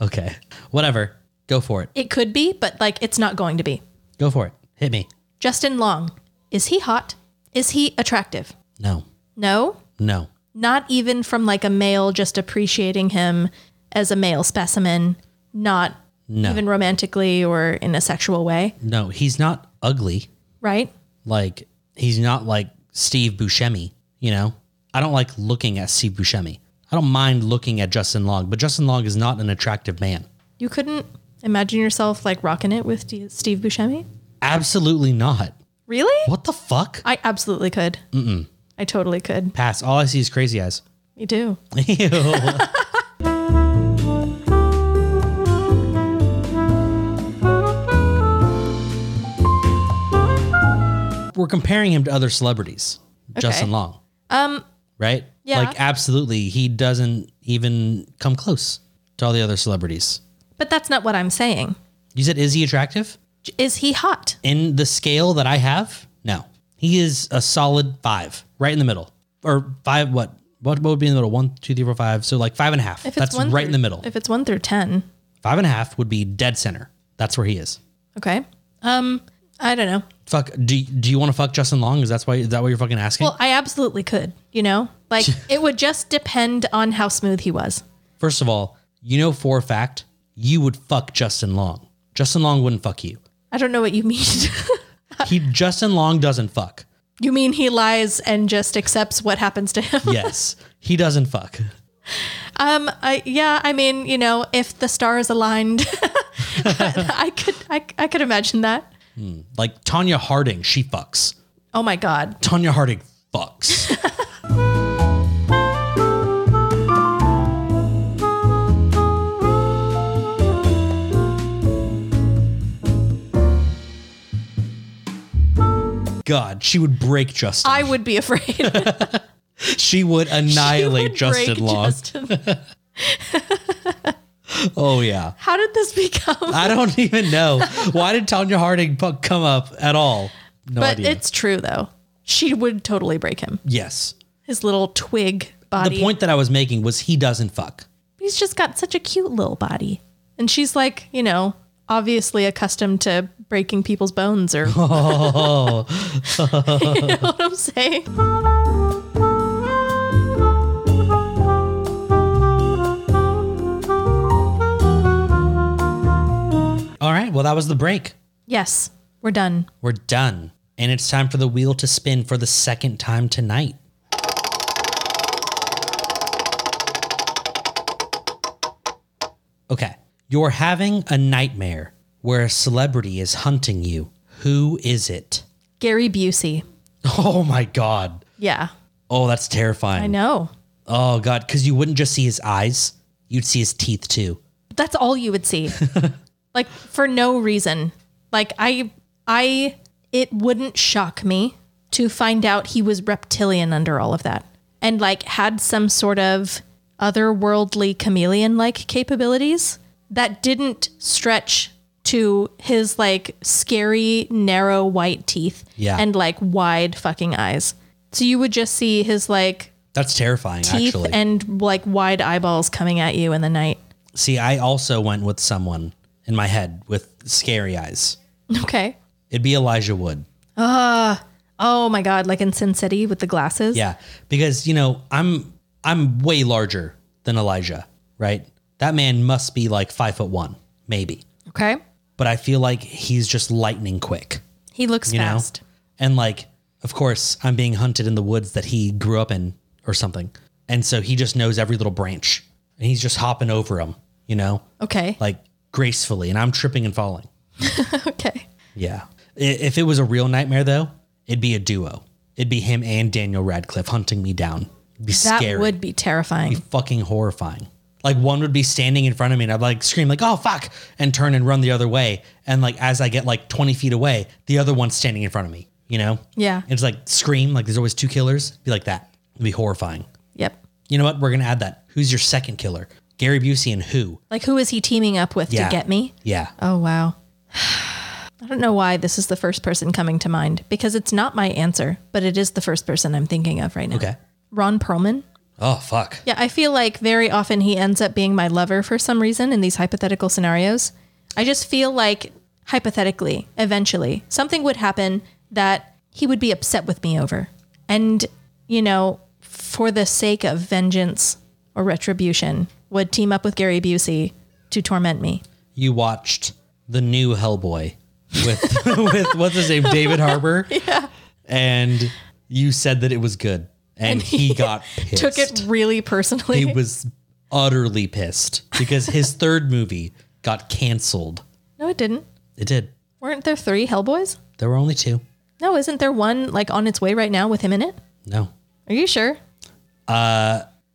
Okay. Whatever. Go for it.
It could be, but like it's not going to be.
Go for it. Hit me.
Justin Long. Is he hot? Is he attractive?
No.
No.
No.
Not even from like a male just appreciating him as a male specimen, not
No.
even romantically or in a sexual way,
No. He's not ugly.
right?
Like he's not like Steve Buscemi, you know? I don't like looking at Steve Buscemi. I don't mind looking at Justin Long, but Justin Long is not an attractive man.
You couldn't imagine yourself like rocking it with D- Steve Buscemi?
Absolutely not.
Really?
What the fuck?
I absolutely could. Mm-mm. I totally could.
Pass. All I see is crazy eyes.
Me too.
Ew. We're comparing him to other celebrities. Justin
Okay.
Long. Um. Right.
yeah.
Like absolutely, he doesn't even come close to all the other celebrities.
But that's not what I'm saying.
You said is he attractive
J- Is he hot?
in the scale that I have? No, he is a solid five, right in the middle, or five. What? What, what would be in the middle? One, two, three, four, five. So like five and a half.
If it's
That's right
one
in
through-
the middle.
If it's one through ten,
Five and a half would be dead center. That's where he is.
okay. Um, I don't know.
Fuck. Do do you want to fuck Justin Long? Is that's why is that what you're fucking asking?
Well, I absolutely could. You know, like it would just depend on how smooth he was.
First of all, you know for a fact you would fuck Justin Long. Justin Long wouldn't fuck you.
I don't know what you mean.
He Justin Long doesn't fuck.
you mean he lies and just accepts what happens to him?
Yes, he doesn't fuck.
Um, I yeah. I mean, you know, if the stars aligned, I could I, I could imagine that.
Like Tanya Harding, she fucks.
Oh my God.
Tanya Harding fucks. God, she would break Justin.
I would be afraid.
she would
She
annihilate
would
Justin
break
Long.
Justin.
Oh yeah.
How did this become?
I don't even know. Why did Tanya Harding pu- come up at all? No
but
idea.
it's true though. She would totally break him.
yes.
His little twig body.
The point that I was making was he doesn't fuck.
He's just got such a cute little body. And she's like, you know, obviously accustomed to breaking people's bones or. you know what I'm saying?
All right. Well, that was the break.
Yes, we're done.
We're done. And it's time for the wheel to spin for the second time tonight. Okay. You're having a nightmare where a celebrity is hunting you. Who is it?
Gary Busey.
Oh my God.
Yeah,
Oh, that's terrifying.
I know.
Oh God. Because you wouldn't just see his eyes, you'd see his teeth too.
that's all you would see like for no reason like i i it wouldn't shock me to find out he was reptilian under all of that and like had some sort of otherworldly chameleon like capabilities that didn't stretch to his like scary narrow white teeth
Yeah.
and like wide fucking eyes so you would just see his like
That's terrifying,
teeth
actually.
and like wide eyeballs coming at you in the night
See, I also went with someone in my head with scary eyes.
okay
It'd be Elijah Wood.
Oh my god, like in Sin City with the glasses.
Yeah, because you know I'm I'm way larger than Elijah, right? That man must be like five foot one, maybe.
Okay.
But I feel like he's just lightning quick,
He looks
you
fast.
know. And like, of course, I'm being hunted in the woods that he grew up in or something, and so he just knows every little branch, and he's just hopping over them, you know,
Okay.
like gracefully, and I'm tripping and falling.
okay.
Yeah. I- If it was a real nightmare, though, it'd be a duo. It'd be him and Daniel Radcliffe hunting me down. It'd be
That
scary.
would be terrifying.
fucking horrifying. Like one would be standing in front of me and I'd like scream like, "Oh fuck!" and turn and run the other way. And like as I get like twenty feet away, the other one's standing in front of me. You know?
Yeah.
It's like scream. Like there's always two killers. Be like that. It'd be horrifying.
Yep.
You know what? We're gonna add that. Who's your second killer? Gary Busey and who?
Like who is he teaming up with
Yeah.
to get me?
Yeah.
Oh wow. I don't know why this is the first person coming to mind because it's not my answer, but it is the first person I'm thinking of right now.
Okay.
Ron Perlman.
Oh fuck.
Yeah, I feel like very often he ends up being my lover for some reason in these hypothetical scenarios. I just feel like hypothetically, eventually, something would happen that he would be upset with me over. And, you know, for the sake of vengeance or retribution, would team up with Gary Busey to torment me.
you watched the new Hellboy with with what's his name David Harbour. Yeah. And you said that it was good, and, he, got pissed.
Took it really personally.
He was utterly pissed because his third movie got canceled.
no, it didn't.
It did.
Weren't there three Hellboys?
There were only two.
No, isn't there one like on its way right now with him in it?
No,
Are you sure?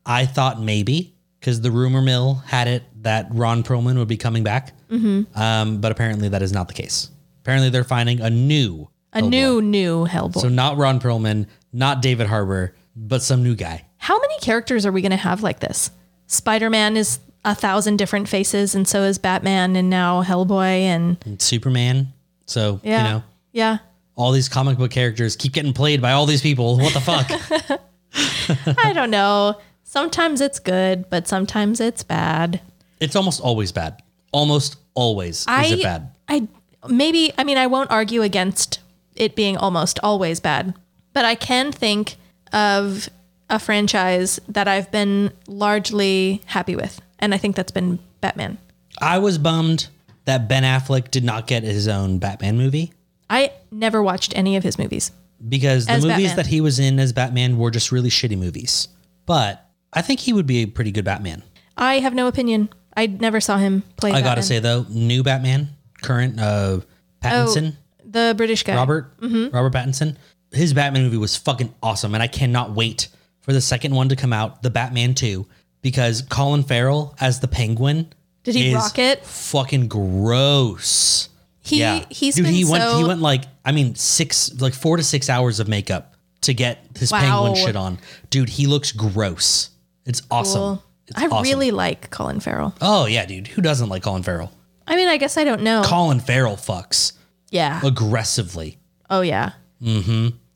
I thought maybe because the rumor mill had it that Ron Perlman would be coming back, mm-hmm. um, but apparently that is not the case. Apparently they're finding a new
A new, new Hellboy.
So not Ron Perlman, not David Harbour, but some new guy.
how many characters are we going to have like this? Spider Man is a thousand different faces, and so is Batman, and now Hellboy, and
And Superman. So,
yeah,
you know,
yeah.
all these comic book characters keep getting played by all these people. What the fuck?
I don't know. Sometimes it's good, but sometimes it's bad.
it's almost always bad. Almost always
I,
is it bad.
I maybe I mean I won't argue against it being almost always bad, but I can think of a franchise that I've been largely happy with, and I think that's been Batman.
I was bummed that Ben Affleck did not get his own Batman movie
I never watched any of his movies.
because the
As
movies
Batman.
that he was in as Batman were just really shitty movies. But I think he would be a pretty good Batman.
I have no opinion. I never saw him play.
I gotta
Batman.
say though, new Batman, current uh Pattinson.
Oh, the British guy. Mm-hmm.
Robert Robert Pattinson. his Batman movie was fucking awesome, and I cannot wait for the second one to come out, the Batman Two, because Colin Farrell as the Penguin.
Did he
is
rock it?
Fucking gross.
He
yeah,
he's
dude.
been
he
so
went. He went like I mean six, like four to six hours of makeup to get his
Wow.
penguin shit on. Dude, he looks gross. It's awesome.
cool.
It's
I
awesome.
really like Colin Farrell.
Oh yeah, dude. Who doesn't like Colin Farrell?
I mean, I guess I don't know.
Colin Farrell fucks
yeah.
aggressively.
Oh yeah.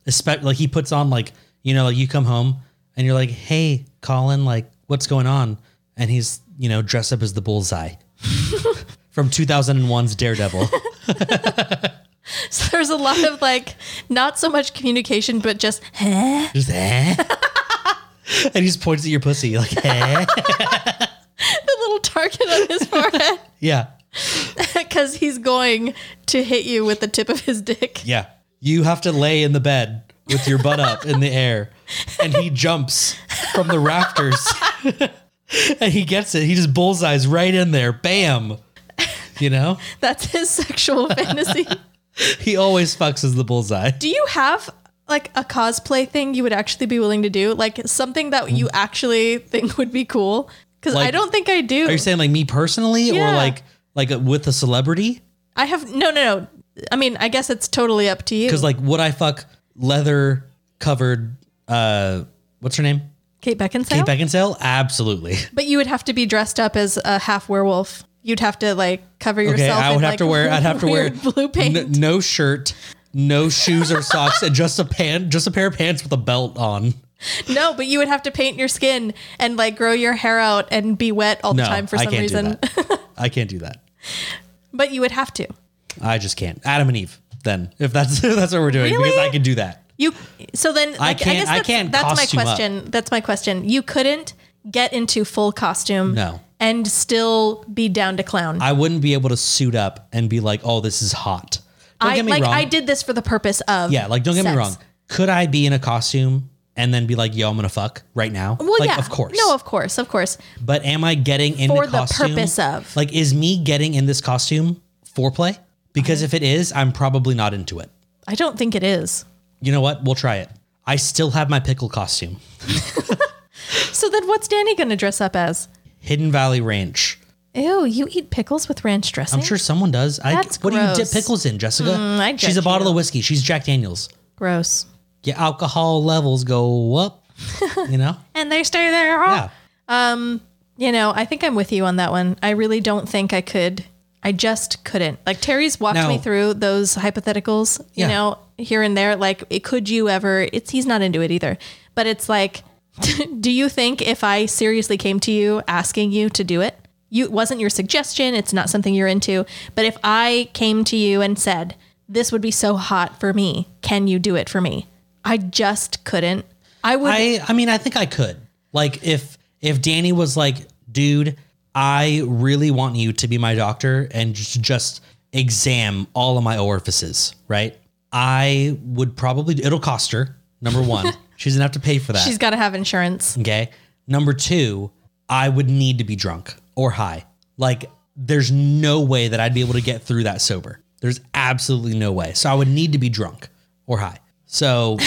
Espe- like he puts on like you know like you come home and you're like, hey, Colin, like what's going on? And he's you know dressed up as the Bullseye from 2001's Daredevil.
So there's a lot of like not so much communication, but just
Just, eh? and he just points at your pussy like, eh?
the little target on his forehead
yeah.
because he's going to hit you with the tip of his dick.
Yeah. You have to lay in the bed with your butt up in the air. And he jumps from the rafters. and he gets it. He just bullseyes right in there. Bam. You know?
That's his sexual fantasy.
He always fucks as the bullseye.
Do you have like a cosplay thing you would actually be willing to do? Like something that you actually think would be cool? Because I
Mm. Like-
don't think I do.
Are you saying like me personally
Yeah.
or like like with a celebrity?
I have no, no, no. I mean, I guess it's totally up to you.
Because like would I fuck leather covered uh what's her name?
Kate Beckinsale.
Kate Beckinsale? Absolutely.
But you would have to be dressed up as a half werewolf. You'd have to like cover yourself.
Okay, I
in,
would have
like,
to wear. I'd have to wear
weird blue paint.
n- no shirt, no shoes or socks, and just a pant, just a pair of pants with a belt on.
No, but you would have to paint your skin and like grow your hair out and be wet all the
No,
time for
I
some
can't do
reason.
that. I can't do that.
but you would have to.
I just can't. Adam and Eve. Then, if that's if that's what we're doing, because
Really?
I can do that.
You so then like,
can't-
guess
I
that's,
can't
that's my
costume up.
question. That's my question. You couldn't get into full costume
No.
and still be down to clown.
I wouldn't be able to suit up and be like, "Oh, this is hot." Don't get me
like
wrong.
I did this for the purpose of
yeah, like don't get
sex.
me wrong. Could I be in a costume and then be like, "Yo, I'm gonna fuck right now"?
Well,
like,
yeah,
of course.
No, of course, of course.
But am I getting in
For
the
the
costume
purpose of.
Like, is me getting in this costume foreplay? Because if it is, I'm probably not into it.
I don't think it is.
You know what? We'll try it. I still have my pickle costume,
So then, what's Danny going to dress up as?
Hidden Valley Ranch.
Ew, you eat pickles with ranch dressing.
I'm sure someone does. I,
That's
what do you
gross. Mm,
dip pickles in, Jessica?
I
She's a
judge
bottle
you.
of whiskey. She's Jack Daniels.
Gross.
Your alcohol levels go up. you know?
And they stay there. all-
Yeah.
You know, I think I'm with you on that one. I really don't think I could. I just couldn't. Like Terry's walked
No.
me through those hypotheticals, you
Yeah.
know, here and there. Like, it- could you ever? It's he's not into it either. But it's like, do you think if I seriously came to you asking you to do it, you it wasn't your suggestion? It's not something you're into. But if I came to you and said, "This would be so hot for me. Can you do it for me?" I just couldn't. I would.
I I mean I think I could. Like if if Danny was like, dude, I really want you to be my doctor and just, just exam all of my orifices, right? I would probably it'll cost her, number one. She's gonna have to pay for that.
she's got to have insurance.
okay. Number two, I would need to be drunk or high. Like there's no way that I'd be able to get through that sober. There's absolutely no way. So I would need to be drunk or high. So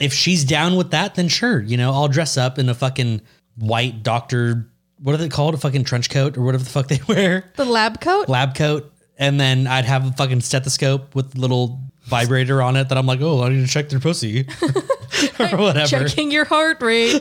if she's down with that, then sure, you know, I'll dress up in a fucking white doctor. What are they called? A fucking trench coat or whatever the fuck they wear,
The lab coat.
lab coat, and then I'd have a fucking stethoscope with little vibrator on it that I'm like, oh, I need to check their pussy or whatever.
checking your heart rate.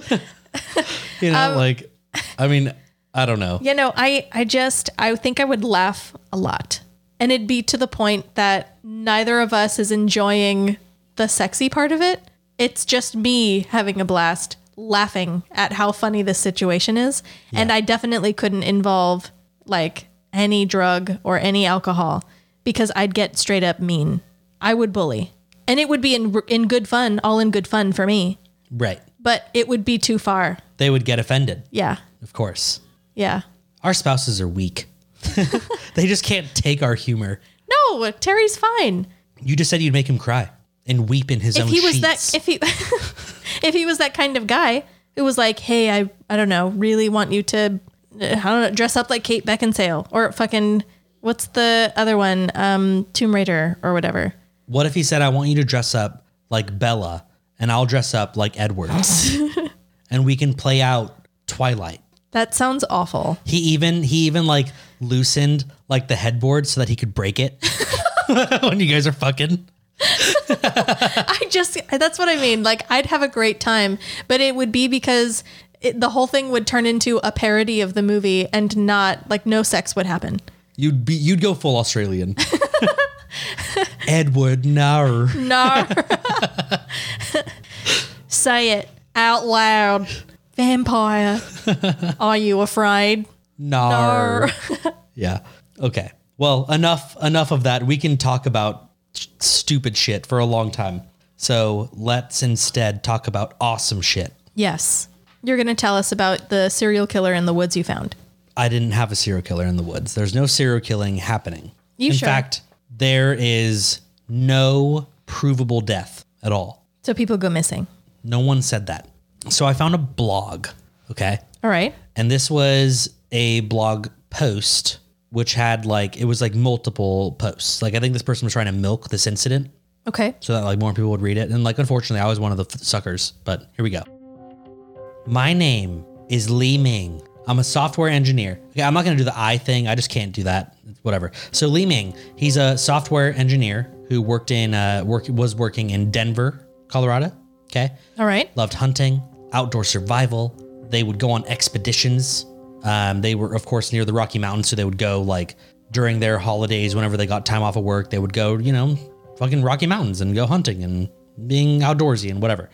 You
Um,
know, like, I mean, I don't know.
you know, I I just I think I would laugh a lot. And it'd be to the point that neither of us is enjoying the sexy part of it. It's just me having a blast laughing at how funny this situation is. And I definitely couldn't involve like any drug or any alcohol because I'd get straight up mean. I would bully. And it would be in in good fun, all in good fun for me,
Right.
but it would be too far.
They would get offended,
Yeah.
of course.
Yeah.
Our spouses are weak. they just can't take our humor.
No, Terry's fine.
You just said you'd make him cry and weep in his own
If he was
sheets.
that if he if he was that kind of guy who was like, "Hey, I I don't know, really want you to uh, I don't know, dress up like Kate Beckinsale or fucking what's the other one? Um Tomb Raider or whatever."
What if he said, I want you to dress up like Bella, and I'll dress up like Edward, and we can play out Twilight.
That sounds awful.
He even he even like loosened like the headboard so that he could break it when you guys are fucking.
I just that's what I mean. Like I'd have a great time, but it would be because it, the whole thing would turn into a parody of the movie and not like no sex would happen.
You'd be you'd go full Australian. Edward Nar.
No. Say it out loud. Vampire. Are you afraid?
Nar. Yeah. Okay. Well, enough enough of that. We can talk about s- stupid shit for a long time. So let's instead talk about awesome shit.
Yes. You're going to tell us about the serial killer in the woods you found.
I didn't have a serial killer in the woods. There's no serial killing happening.
You
in
sure?
fact, there is no provable death at all.
So people go missing.
No one said that. So I found a blog, okay?
All right.
And this was a blog post which had like it was like multiple posts. Like I think this person was trying to milk this incident
Okay.
so that like more people would read it. And like unfortunately, I was one of the f- suckers. But here we go. My name is Li Ming. I'm a software engineer. Okay, I'm not gonna do the I thing. I just can't do that. Whatever. So Li Ming, he's a software engineer who worked in uh, work was working in Denver, Colorado. Okay,
All right.
loved hunting, outdoor survival. They would go on expeditions. Um, they were, of course, near the Rocky Mountains, so they would go like during their holidays, whenever they got time off of work, they would go, you know, fucking Rocky Mountains and go hunting and being outdoorsy and whatever.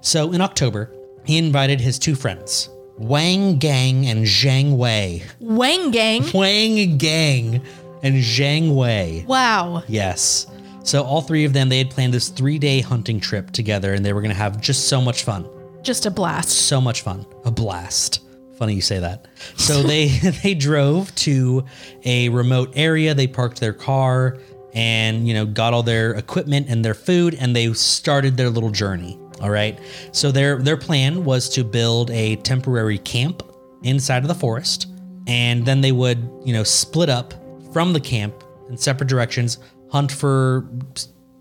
So in October, he invited his two friends, Wang Gang and Zhang Wei.
Wang Gang.
Wang Gang and Zhang Wei.
Wow.
Yes. So all three of them, they had planned this three-day hunting trip together, and they were gonna have just so much fun,
Just a blast.
so much fun, a blast. Funny you say that. So they they drove to a remote area. They parked their car and you know got all their equipment and their food, and they started their little journey. All right. So their their plan was to build a temporary camp inside of the forest, and then they would you know split up from the camp in separate directions, hunt for,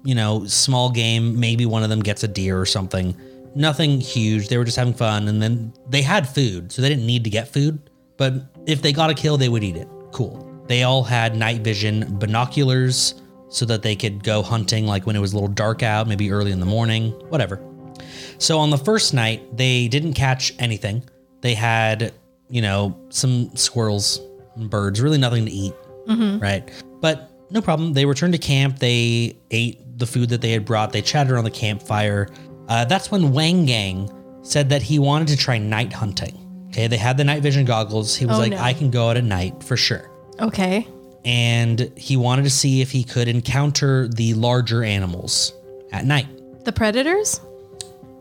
you know, small game. Maybe one of them gets a deer or something. Nothing huge. They were just having fun. And then they had food, so they didn't need to get food. But if they got a kill, they would eat it. Cool. They all had night vision binoculars so that they could go hunting, like when it was a little dark out, maybe early in the morning, whatever. So on the first night, they didn't catch anything. They had, you know, some squirrels and birds, really nothing to eat.
Mm-hmm.
Right. But no problem. They returned to camp. They ate the food that they had brought. They chatted around the campfire. Uh, that's when Wang Gang said that he wanted to try night hunting. Okay. They had the night vision goggles. He was
Oh,
like,
no.
I can go out at night for sure.
Okay.
And he wanted to see if he could encounter the larger animals at night,
The predators?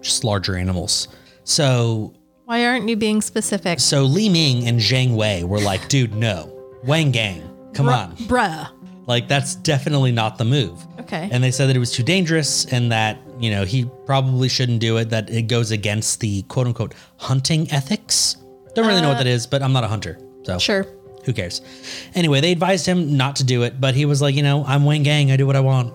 just larger animals. So
Why aren't you being specific?
So Li Ming and Zhang Wei were like, dude, no. Wang Gang, come on.
Bruh.
Like, that's definitely not the move.
Okay.
And they said that it was too dangerous and that, you know, he probably shouldn't do it, that it goes against the quote unquote hunting ethics. Don't really know what that is, but I'm not a hunter. So
Uh, Sure.
who cares? Anyway, they advised him not to do it, but he was like, you know, I'm Wang Gang. I do what I want.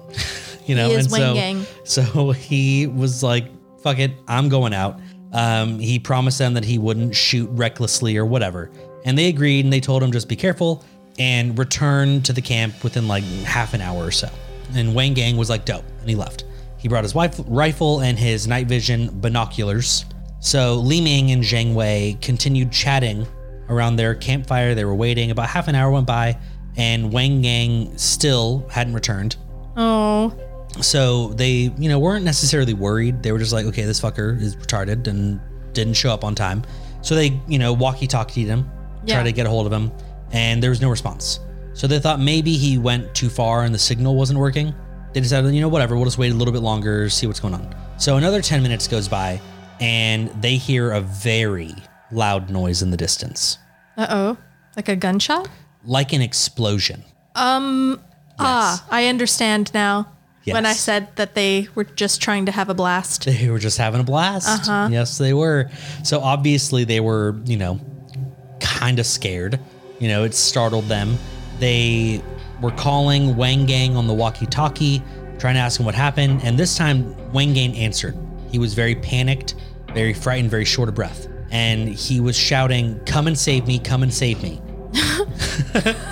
you know,
He is
and
Wang
so
Gang.
so he was like, fuck it, I'm going out. Um, he promised them that he wouldn't shoot recklessly or whatever, and they agreed. And they told him just be careful and return to the camp within like half an hour or so. And Wang Gang was like, dope, and he left. He brought his wife, rifle and his night vision binoculars. So Li Ming and Zhang Wei continued chatting around their campfire. They were waiting. About half an hour went by, and Wang Gang still hadn't returned.
Oh.
So they, you know, weren't necessarily worried. They were just like, okay, this fucker is retarded and didn't show up on time. So they, you know, walkie-talkied him,
Yeah.
try to get a hold of him, and there was no response. So they thought maybe he went too far and the signal wasn't working. They decided, you know, whatever, we'll just wait a little bit longer, see what's going on. So another 10 minutes goes by and they hear a very loud noise in the distance,
Uh oh. Like a gunshot?
like an explosion.
Ah, I understand now. When I
Yes.
said that they were just trying to have a blast.
They were just having a blast. Yes, they were. So obviously they were, you know, kind of scared. You know, it startled them. They were calling Wang Gang on the walkie-talkie. trying to ask him what happened. And this time, Wayne Gain answered. He was very panicked, very frightened, very short of breath. And he was shouting, Come and save me, come and save me.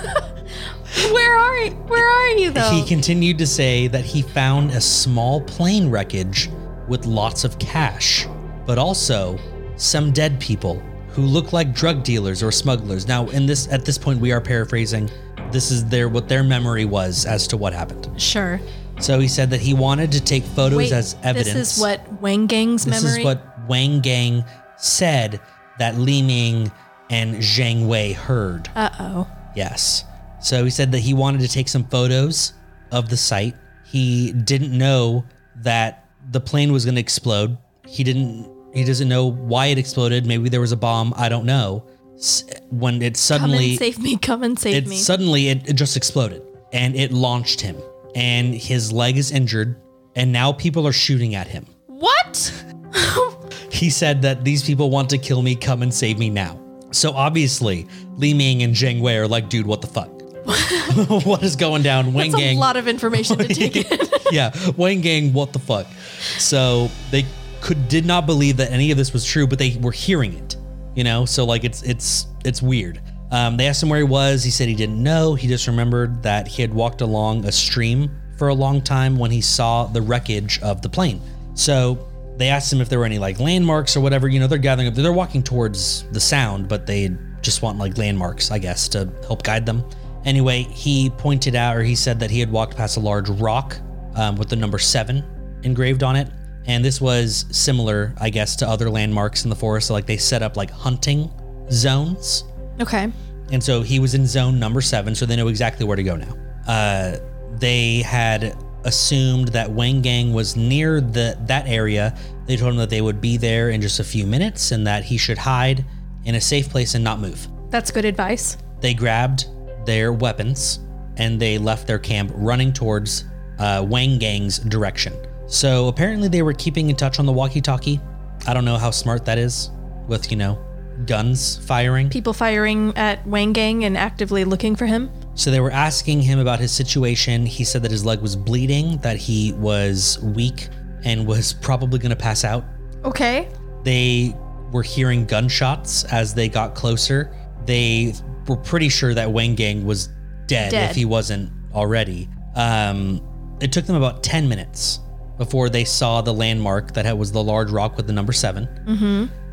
Where are you? Where are you though?
He continued to say that he found a small plane wreckage with lots of cash, but also some dead people who look like drug dealers or smugglers. Now, in this at this point we are paraphrasing. This is their what their memory was as to what happened.
sure.
So he said that he wanted to take photos
Wait,
as evidence.
This is what Wang Gang's
This
memory.
is what Wang Gang said that Li Ning and Zhang Wei heard.
Uh oh.
Yes. So he said that he wanted to take some photos of the site. He didn't know that the plane was going to explode. He didn't. He doesn't know why it exploded. Maybe there was a bomb. I don't know. S- When it
Come and
suddenly,
save me. Come and save
it
me.
suddenly it, it just exploded and it launched him, and his leg is injured, and now people are shooting at him.
what?
He said that these people want to kill me. Come and save me now. So obviously, Li Ming and Zhang Wei are like, dude, what the fuck? what is going down? Wang
That's a
Gang.
lot of information to take in.
yeah, Wang Gang, what the fuck? So they could did not believe that any of this was true, but they were hearing it. You know, so like it's it's it's weird. Um, they asked him where he was. He said he didn't know. He just remembered that he had walked along a stream for a long time when he saw the wreckage of the plane. So they asked him if there were any like landmarks or whatever. You know, they're gathering up. They're walking towards the sound, but they just want like landmarks, I guess, to help guide them. Anyway, he pointed out, or he said that he had walked past a large rock um, with the number seven engraved on it. And this was similar, I guess, to other landmarks in the forest. So, like they set up like hunting zones.
Okay.
And so he was in zone number seven, so they know exactly where to go now. Uh, they had assumed that Wang Gang was near the that area. They told him that they would be there in just a few minutes and that he should hide in a safe place and not move.
That's good advice.
They grabbed their weapons and they left their camp running towards uh, Wang Gang's direction. So apparently they were keeping in touch on the walkie-talkie. I don't know how smart that is with, you know, guns firing.
People firing at Wang Gang and actively looking for him.
So they were asking him about his situation. He said that his leg was bleeding, that he was weak and was probably going to pass out.
Okay.
They were hearing gunshots as they got closer. They were pretty sure that Wang Gang was dead,
Dead.
if he wasn't already. Um, it took them about 10 minutes before they saw the landmark that had- was the large rock with the number 7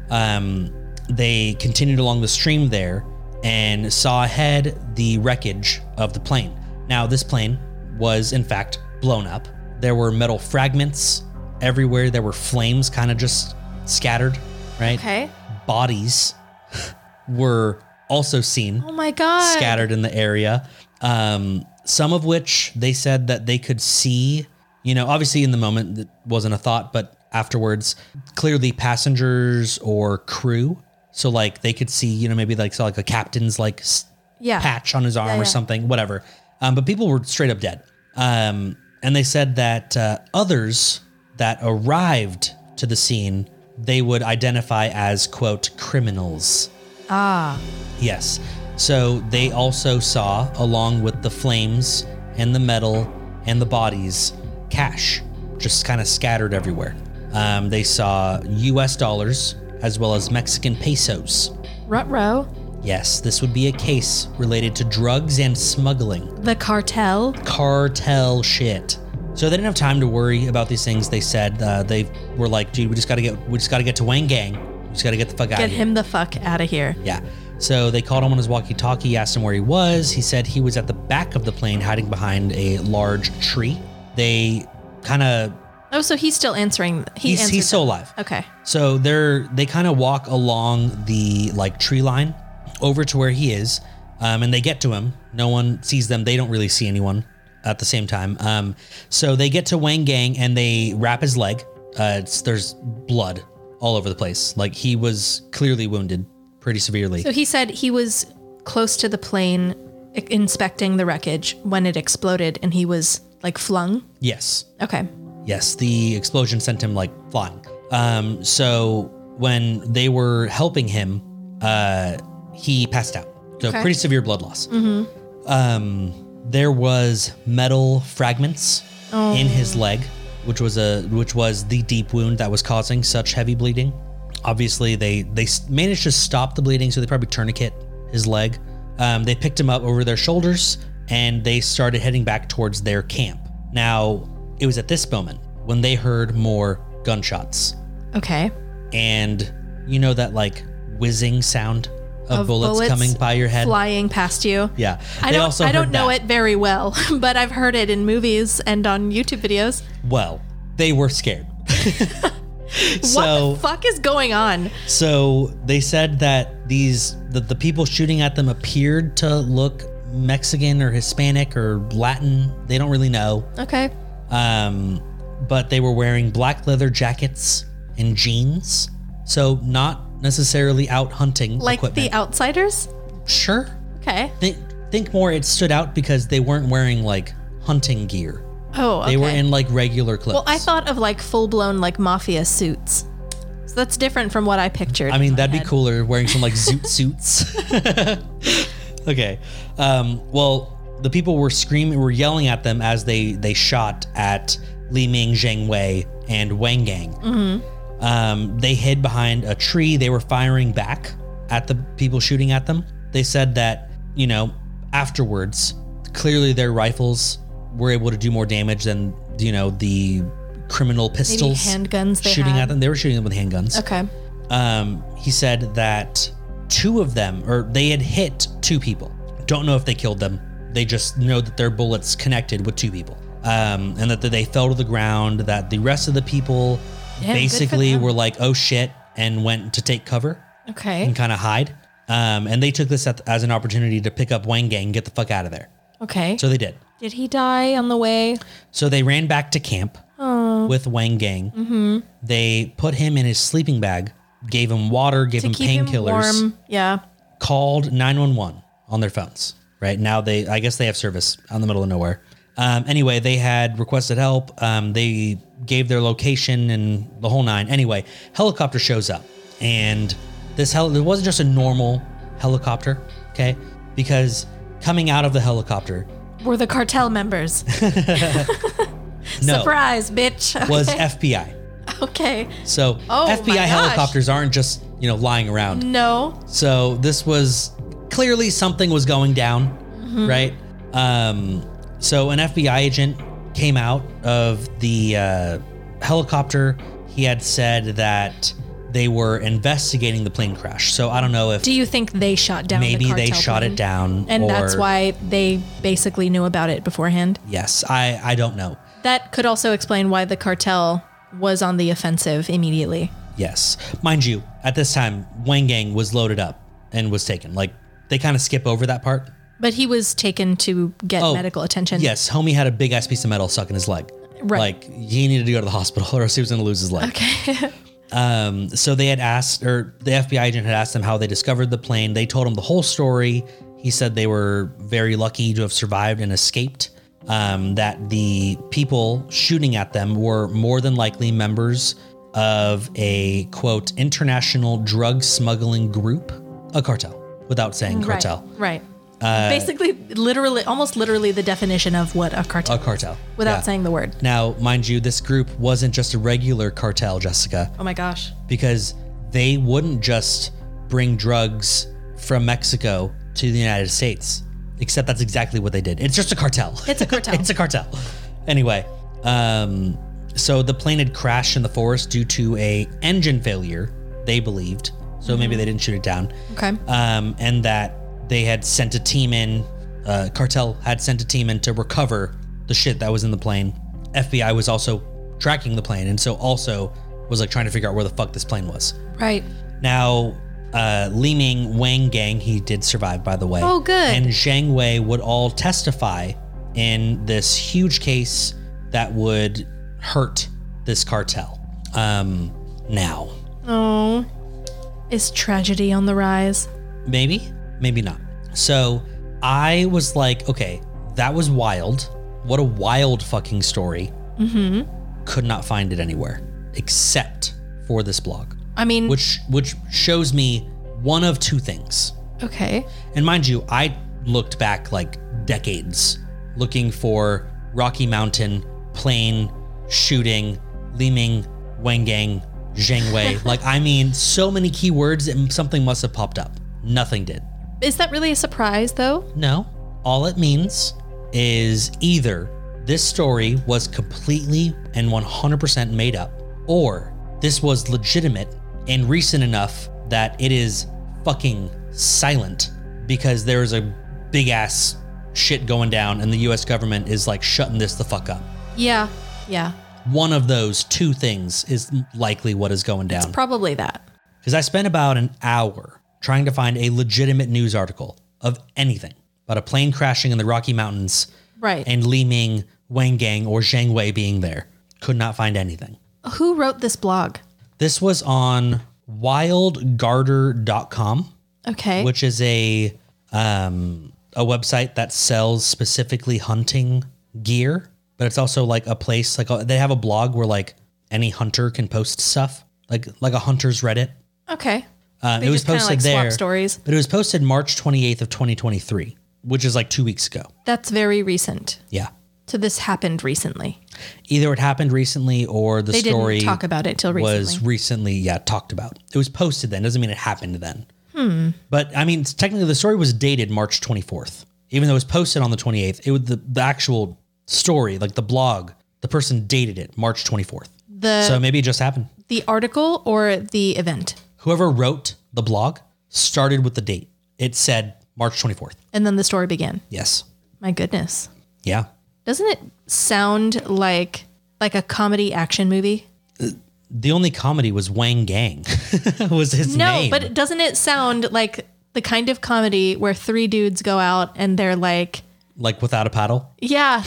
um, they continued along the stream there and saw ahead the wreckage of the plane. Now, this plane was in fact blown up. There were metal fragments everywhere. There were flames kind of just scattered, right?
Okay.
Bodies were also seen
Oh my god.
scattered in the area. Um, some of which they said that they could see, you know, obviously in the moment it wasn't a thought, but afterwards, clearly passengers or crew. So like they could see, you know, maybe like saw like a captain's like s-
Yeah.
patch on his arm
Yeah,
or
yeah.
something, whatever. Um, but people were straight up dead. Um, and they said that uh, others that arrived to the scene, they would identify as, quote, criminals. Ah. Yes. So they also saw, along with the flames and the metal and the bodies, cash just kind of scattered everywhere. Um, they saw US dollars as well as Mexican pesos.
Rut row.
Yes, this would be a case related to drugs and smuggling.
The cartel.
Cartel shit. So they didn't have time to worry about these things. They said uh, they were like, "Dude, we just gotta get, we just gotta get to Wang Gang. We just gotta get the fuck out
Get
of here."
him the fuck out of here.
Yeah. So they called him on his walkie-talkie, asked him where he was. He said he was at the back of the plane, hiding behind a large tree. They kind of
Oh, so he's still answering. He
he's
answered
he's still
them.
alive.
Okay.
So they're they kind of walk along the like tree line over to where he is, um, and they get to him. No one sees them. They don't really see anyone at the same time. Um, so they get to Wang Gang and they wrap his leg. Uh, it's, there's blood all over the place. Like he was clearly wounded pretty severely.
So he said he was close to the plane i- inspecting the wreckage when it exploded and he was like flung.
yes.
Okay.
Yes, the explosion sent him like flying. Um, so when they were helping him, uh, he passed out. So
Okay.
pretty severe blood loss. Um, there was metal fragments
Oh.
in his leg, which was a which was the deep wound that was causing such heavy bleeding. Obviously, they they s- managed to stop the bleeding, so they probably tourniquet his leg. Um, they picked him up over their shoulders and they started heading back towards their camp. Now, it was at this moment when they heard more gunshots
Okay.
and you know that like whizzing sound of,
Of
bullets,
bullets
coming by your head.
Flying past you.
Yeah,
I
they
don't,
also
I don't
heard
know
that.
it very well, but I've heard it in movies and on YouTube videos.
Well, they were scared. so
what the fuck is going on?
so they said that these that the people shooting at them appeared to look Mexican or Hispanic or Latin. They don't really know.
Okay.
Um, but they were wearing black leather jackets and jeans. So not necessarily out hunting
Like
equipment.
the outsiders?
sure.
Okay.
think think more it stood out because they weren't wearing like hunting gear.
Oh, okay.
They were in like regular clothes.
Well, I thought of like full blown like mafia suits. So that's different from what I pictured.
I mean,
in my
that'd be
head.
cooler wearing some like zoot suits. okay. Um, well, the people were screaming, were yelling at them as they they shot at Li Ming, Zhang Wei, and Wang Gang.
Mm-hmm.
Um, they hid behind a tree. They were firing back at the people shooting at them. They said that you know afterwards, clearly their rifles were able to do more damage than you know the criminal pistols
handguns they
shooting at
had.
them. They were shooting them with handguns
Okay.
um, he said that two of them, or they had hit two people. Don't know if they killed them. They just know that their bullets connected with two people, um, and that they fell to the ground. That the rest of the people
Damn, good for
basically
them.
were like, "Oh shit," and went to take cover
Okay.
and kind of hide. Um, and they took this at- as an opportunity to pick up Wang Gang, and get the fuck out of there.
Okay.
So they did.
Did he die on the way?
So they ran back to camp with Wang Gang.
Mm-hmm.
They put him in his sleeping bag, gave him water, gave
To
him
keep him
painkillers.
warm. Yeah.
called 911 on their phones. Right now, they I guess they have service out in the middle of nowhere. Um, anyway, they had requested help. Um, they gave their location and the whole nine. Anyway, helicopter shows up, and this hel it wasn't just a normal helicopter, okay? Because coming out of the helicopter
Were the cartel members.
no,
Surprise, bitch. Okay.
was FBI.
okay.
So
Oh, my
FBI
gosh.
helicopters aren't just you know lying around.
No.
So this was clearly something was going down,
Mm-hmm.
right? Um, so an FBI agent came out of the uh, helicopter. He had said that they were investigating the plane crash. So I don't know if
Do you think they shot down? the
maybe they
cartel
shot
plane?
it down,
and that's
or-
why they basically knew about it beforehand.
Yes, I I don't know.
That could also explain why the cartel was on the offensive immediately.
Yes, mind you, at this time Wang Gang was loaded up and was taken. Like they kind of skip over that part.
But he was taken to get
Oh,
medical attention.
Yes, homie had a big ass piece of metal stuck in his leg.
Right.
Like he needed to go to the hospital or else he was going to lose his leg.
Okay.
Um, so they had asked, or the FBI agent had asked them how they discovered the plane. They told him the whole story. He said they were very lucky to have survived and escaped. Um, that the people shooting at them were more than likely members of a quote international drug smuggling group, a cartel, without saying cartel, Uh,
Right. right. Basically, literally, almost literally the definition of what a cartel,
a cartel.
without
Yeah.
saying the word.
Now, mind you, this group wasn't just a regular cartel, Jessica.
Oh my gosh.
because they wouldn't just bring drugs from Mexico to the United States. Except that's exactly what they did. It's just a cartel.
It's a cartel.
it's a cartel. Anyway, um, so the plane had crashed in the forest due to a engine failure. They believed, so
Mm-hmm.
maybe they didn't shoot it down
Okay.
um, and that they had sent a team in. Uh, cartel had sent a team in to recover the shit that was in the plane. FBI was also tracking the plane, and so also was like trying to figure out where the fuck this plane was.
Right.
Now, uh, Li Ming, Wang Gang, he did survive, by the way.
Oh, good.
And Zhang Wei would all testify in this huge case that would hurt this cartel. Um, now,
Oh. Is tragedy on the rise?
Maybe, maybe not. So I was like, okay, that was wild. What a wild fucking story. Mm-hmm. Could not find it anywhere except for this blog,
I mean,
which which shows me one of two things.
okay.
And mind you, I looked back like decades looking for Rocky Mountain plane shooting, Liming, Wengang, Zhengwei. like, I mean, so many keywords, and something must have popped up. Nothing did.
Is that really a surprise, though?
No. All it means is either this story was completely and 100% made up, or this was legitimate and recent enough that it is fucking silent because there is a big ass shit going down and the US government is like shutting this the fuck up.
Yeah, yeah,
One of those two things is likely what is going down.
probably that.
Because I spent about an hour trying to find a legitimate news article of anything about a plane crashing in the Rocky Mountains
Right.
and Li Ming, Wang Gang, or Zhang Wei being there. Could not find anything.
Who wrote this blog?
This was on wildgarter.com,
Okay.
which is a um, a website that sells specifically hunting gear, but it's also like a place like uh, they have a blog where like any hunter can post stuff, like like a hunter's Reddit.
okay.
Um,
They
it was
just kinda,
posted
like, swap
there.
stories.
But it was posted March 28th of 2023, which is like two weeks ago.
That's very recent.
Yeah.
So this happened recently.
Either it happened recently or the
They
story
didn't talk about it till recently.
was recently, yeah, talked about. It was posted then. Doesn't mean it happened then.
Hmm.
But I mean, it's- technically the story was dated March 24th, even though it was posted on the 28th. It was the, the actual story, like the blog, the person dated it March 24th.
the
so maybe it just happened.
the article or the event,
Whoever wrote the blog started with the date. It said March 24th.
and then the story began.
Yes.
My goodness,
Yeah.
doesn't it sound like like a comedy action movie?
the only comedy was Wang Gang was his
No,
name.
but doesn't it sound like the kind of comedy where three dudes go out and they're like,
like without a paddle.
yeah,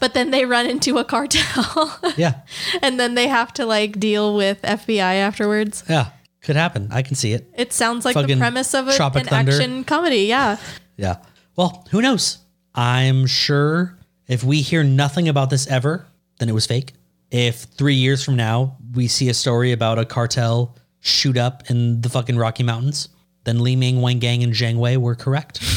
but then they run into a cartel
Yeah.
and then they have to like deal with FBI afterwards.
Yeah. Could happen. I can see it.
It sounds like the
Fucking
premise of a,
Tropic
an
Thunder.
action comedy. Yeah.
Yeah. Well, who knows? I'm sure if we hear nothing about this ever, then it was fake. If three years from now we see a story about a cartel shoot up in the fucking Rocky Mountains, then Li Ming, Wang Gang, and Zhang Wei were correct.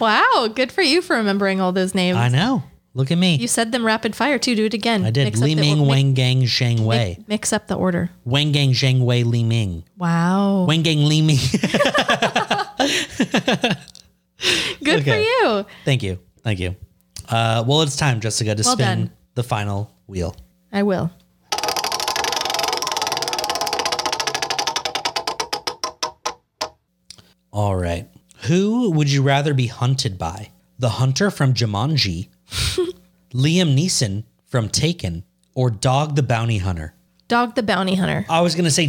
Wow. Good for you for remembering all those names.
I know. Look at me.
You said them rapid fire too. Do it again.
I did.
Mix up
Li
the
Ming,
or- mi-
Wang Gang, Zhang Wei.
Mix up the order.
Wang Gang, Zhang Wei, Li Ming.
Wow.
Wang Gang, Li Ming.
Good for
okay.
you.
Thank you. Thank you. Uh, well, it's time, Jessica, to
Well
spin
done.
the final wheel.
I will.
All right. Who would you rather be hunted by? The hunter from Jumanji, Liam Neeson from Taken, or Dog the Bounty Hunter?
Dog the bounty hunter.
I was going to say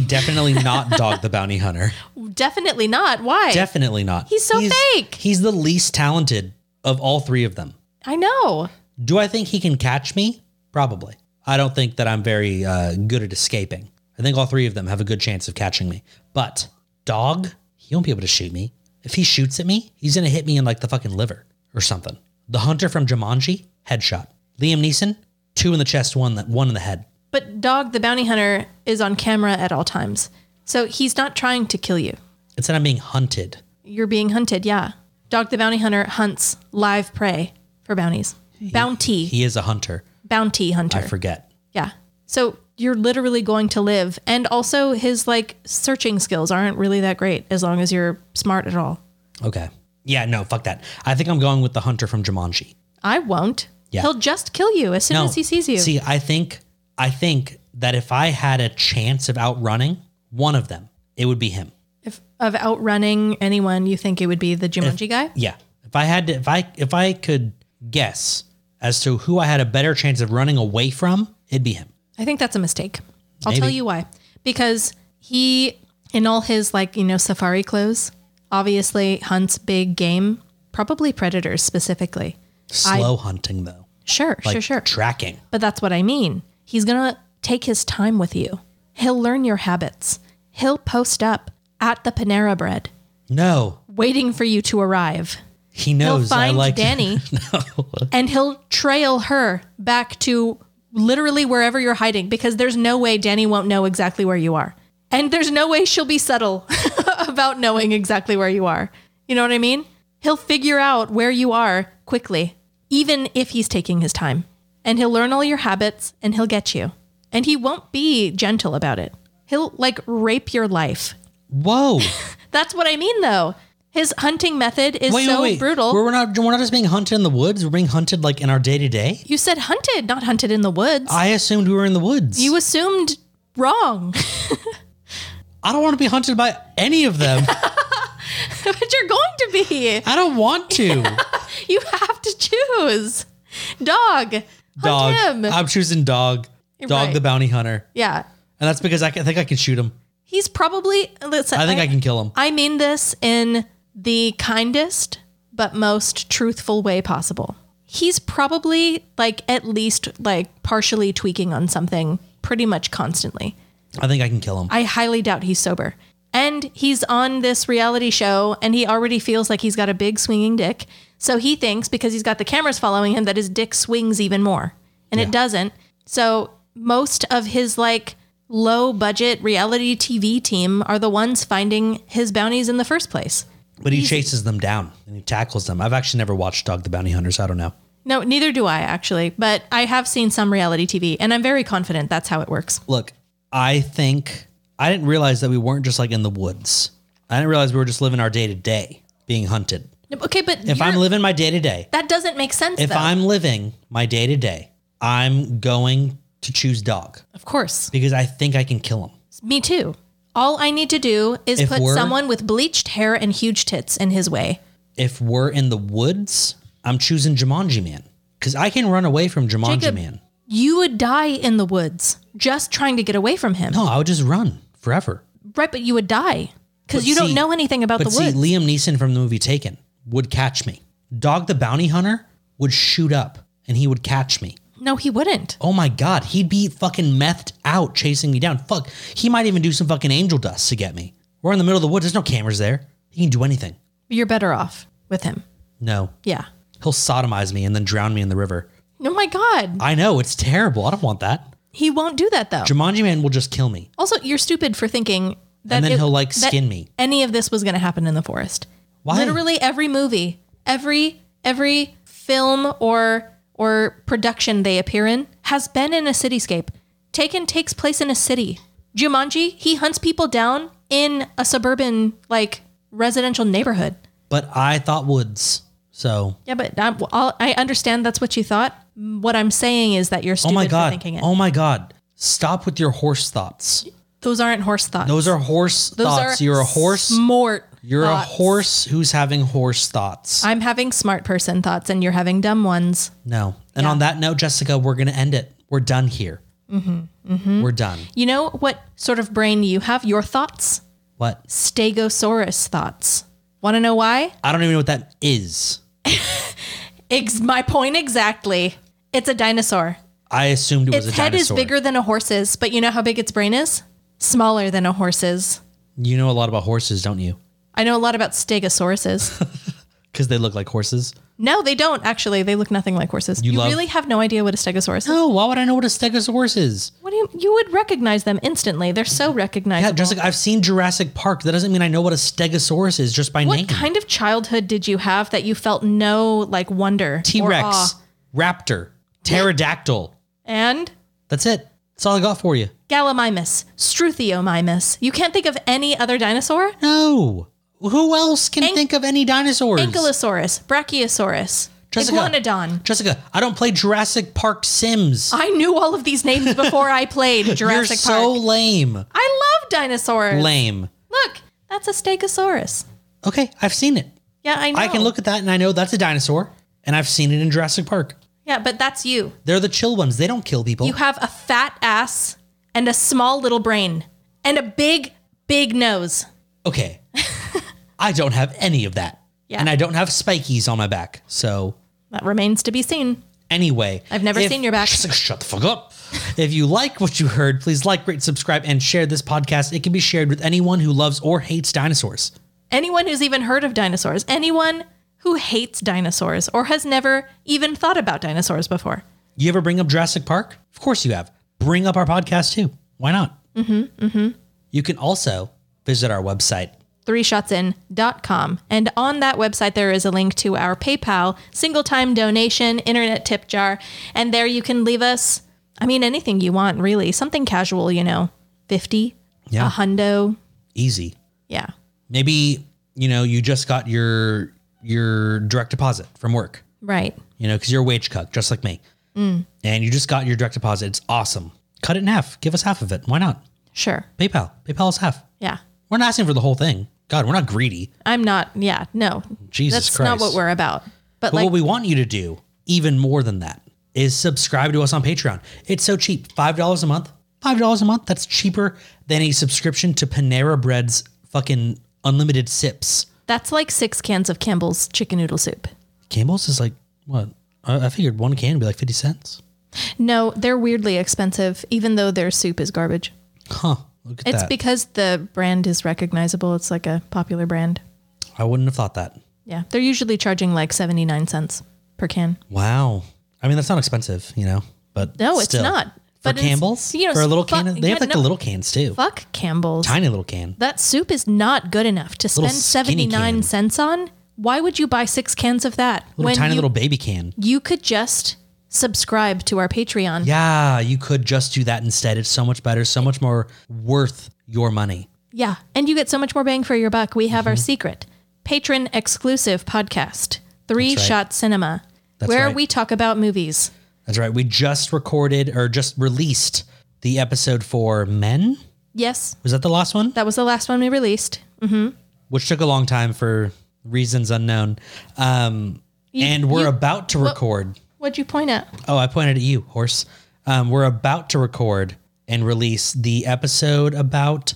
definitely not Dog the Bounty Hunter.
Definitely not. Why?
Definitely not.
He's so fake.
He's the least talented of all three of them.
I know.
Do I think he can catch me? Probably. I don't think that I'm very uh, good at escaping. I think all three of them have a good chance of catching me. But dog, he won't be able to shoot me. If he shoots at me, he's gonna hit me in like the fucking liver or something. The hunter from Jumanji, headshot. Liam Neeson, two in the chest, one that one in the head.
But Dog the bounty hunter is on camera at all times. So he's not trying to kill you.
It's that I'm being hunted.
You're being hunted. Yeah. Dog the bounty hunter hunts live prey for bounties. Bounty.
He is a hunter.
bounty hunter.
I forget.
yeah. So you're literally going to live. And also his like searching skills aren't really that great as long as you're smart at all.
Okay. Yeah, no, fuck that. I think I'm going with the hunter from Jumanji.
I won't.
Yeah.
He'll just kill you as soon as he sees you.
See, I think I think that if I had a chance of outrunning one of them, it would be him.
if, of outrunning anyone, you think it would be the Jumanji guy?
Yeah. If I had to, if I if I could guess as to who I had a better chance of running away from, it'd be him.
I think that's a mistake. I'll
Maybe.
tell you why. Because he, in all his like, you know, safari clothes, obviously hunts big game, probably predators specifically.
Slow hunting though.
Sure,
Like
sure, sure.
tracking.
But that's what I mean. He's going to take his time with you. He'll learn your habits. He'll post up at the Panera Bread,
No.
waiting for you to arrive.
He
He'll
knows I
find
like
Danny and he'll trail her back to literally wherever you're hiding because there's no way Danny won't know exactly where you are. And there's no way she'll be subtle about knowing exactly where you are. You know what I mean? He'll figure out where you are quickly, even if he's taking his time. and he'll learn all your habits and he'll get you. And he won't be gentle about it. He'll like rape your life.
Whoa.
That's what I mean though. His hunting method is
Wait,
so
wait, wait.
brutal.
We're, we're not we're not just being hunted in the woods, we're being hunted like in our day to day.
you said hunted, not hunted in the woods.
I assumed we were in the woods.
you assumed wrong.
I don't want to be hunted by any of them.
but you're going to be.
I don't want to.
You have to choose. Dog. Hunt
Dog.
him.
I'm choosing dog. Dog
right.
the bounty hunter.
yeah.
And that's because I, can, I think I can shoot him.
He's probably listen.
I think I, can kill him.
I mean this in the kindest but most truthful way possible. He's probably like at least like partially tweaking on something pretty much constantly.
I think I can kill him.
I highly doubt he's sober. And he's on this reality show and he already feels like he's got a big swinging dick. So he thinks because he's got the cameras following him that his dick swings even more. And it doesn't. So most of his like low budget reality TV team are the ones finding his bounties in the first place.
but he chases them down and he tackles them. I've actually never watched Dog the Bounty Hunter, so I don't know.
No, neither do I actually, but I have seen some reality TV and I'm very confident that's how it works.
Look, I think I didn't realize that we weren't just like in the woods. I didn't realize we were just living our day to day being hunted.
Okay, but
If I'm
you're-
living my day to day,
that doesn't make sense
if
though.
I'm living my day to day, I'm going to choose dog
of course.
because I think I can kill him.
Me too. All I need to do is
If
put
we're-
someone with bleached hair and huge tits in his way.
If we're in the woods, I'm choosing Jumanji Man because I can run away from Jumanji
Jacob-
Man.
You would die in the woods just trying to get away from him.
No, I would just run forever.
Right, but you would die because
But
you don't
see-
know anything about the
But see,
woods.
Liam Neeson from the movie Taken would catch me. Dog the Bounty Hunter would shoot up and he would catch me.
no, he wouldn't.
Oh my God, he'd be fucking methed out chasing me down. Fuck, he might even do some fucking angel dust to get me. We're in the middle of the woods. There's no cameras there. He can do anything.
You're better off with him.
No,
Yeah.
he'll sodomize me and then drown me in the river.
Oh my God.
I know it's terrible. I don't want that.
He won't do that though.
Jumanji Man will just kill me.
Also, you're stupid for thinking that
then
it-
he'll, like,
that
skin me.
Any of this was going to happen in the forest.
Why?
Literally every movie, every every film or or production they appear in has been in a cityscape. Taken takes place in a city. Jumanji, he hunts people down in a suburban like residential neighborhood.
But I thought woods. So,
Yeah, but i I'll, I understand that's what you thought. What I'm saying is that you're
oh
stupid
my
for
God.
thinking it.
Oh my God. Stop with your horse thoughts.
Those aren't horse thoughts.
Those are horse
Those
thoughts.
are
You're a horse.
Smart.
You're
thoughts.
a horse who's having horse thoughts.
I'm having smart person thoughts and you're having dumb ones.
no. And
Yeah.
on that note, Jessica, we're going to end it. We're done here.
Mm-hmm.
We're done.
You know what sort of brain you have? Your thoughts?
What?
Stegosaurus thoughts. Want to know why?
I don't even know what that is.
Ex- my point exactly. It's a dinosaur.
I assumed it was
Its
a
head is
dinosaur.
bigger than a horse's, but you know how big its brain is? Smaller than a horse's.
You know a lot about horses, don't you?
I know a lot about stegosauruses.
Because they look like horses.
no, they don't actually. They look nothing like horses. You,
love-
really have no idea what a stegosaurus is.
No, why would I know what a stegosaurus is?
What do you you would recognize them instantly. They're so recognizable.
Yeah, Jessica, I've seen Jurassic Park. That doesn't mean I know what a stegosaurus is just by name.
What kind of childhood did you have that you felt no like wonder? or uh,
T
awe?
Rex, Raptor, Pterodactyl.
And
That's it. That's all I got for you.
Gallimimus, Struthiomimus. You can't think of any other dinosaur?
No. Who else can think of any dinosaurs?
Ankylosaurus, Brachiosaurus,
Jessica.
Iguanodon.
Jessica, I don't play Jurassic Park Sims.
I knew all of these names before I played
You're
Oh, Jurassic
so
Park.
lame.
I love dinosaurs.
Lame.
Look, that's a Stegosaurus.
Okay, I've seen it.
Yeah, I know.
I can look at that and I know that's a dinosaur, and I've seen it in Jurassic Park.
Yeah, but that's you.
They're the chill ones. They don't kill people.
You have a fat ass and a small little brain and a big, big nose.
okay. I don't have any of that.
Yeah.
And I don't have spikies on my back. So
That remains to be seen.
Anyway,
I've never
if-
seen your back.
Shut, the fuck up. if you like what you heard, please like, rate, subscribe, and share this podcast. It can be shared with anyone who loves or hates dinosaurs.
anyone who's even heard of dinosaurs, anyone who hates dinosaurs or has never even thought about dinosaurs before.
You ever bring up Jurassic Park? Of course you have. Bring up our podcast too. Why not? Mm-hmm. Mm-hmm. You can also visit our website,
threeshotsin.com. And on that website, there is a link to our PayPal single time donation internet tip jar. And there you can leave us, I mean, anything you want, really. Something casual, you know, 50,
Yeah.
a hundo.
Easy.
Yeah.
Maybe, you know, you just got your your direct deposit from work,
Right.
you know, because you're a wage cuck, just like me.
Mm.
And you just got your direct deposit. It's awesome. Cut it in half. Give us half of it. Why not?
Sure.
PayPal. PayPal is half.
Yeah.
We're not asking for the whole thing. God, we're not greedy.
I'm not, yeah, no.
Jesus
That's not
Christ.
what we're about. But,
But
like,
what we want you to do, even more than that, is subscribe to us on Patreon. It's so cheap. $5 a month. $5 a month. That's cheaper than a subscription to Panera Bread's fucking unlimited sips.
that's like six cans of Campbell's chicken noodle soup.
Campbell's is like, what? I, I figured one can would be like 50 cents.
No, they're weirdly expensive, even though their soup is garbage.
Huh. Look at
It's
that.
because the brand is recognizable. It's like a popular brand.
I wouldn't have thought that.
Yeah. They're usually charging like 79 cents per can.
Wow. I mean, that's not expensive, you know, but
No, it's
still.
not.
For
But it's-
Campbell's?
you know,
for a little
fu-
can? They
yeah,
have like
no.
the little cans too.
Fuck Campbell's.
Tiny little can.
that soup is not good enough to
Little
spend
skinny
79
can.
cents on. Why would you buy six cans of that
Little tiny
you,
little baby can.
you could just subscribe to our Patreon?
Yeah, you could just do that instead. It's so much better, so much more worth your money.
Yeah, and you get so much more bang for your buck. We have our
Mm-hmm.
secret patron exclusive podcast, Three
That's right.
Shot Cinema,
That's
where
right.
we talk about movies.
That's right. We just recorded or just released the episode for Men.
Yes,
Was that the last one?
that was the last one we released.
Which took a long time for reasons unknown. Um, and we're
you-
about to record.
What'd you point at?
Oh, I pointed at you, horse. Um, we're about to record and release the episode about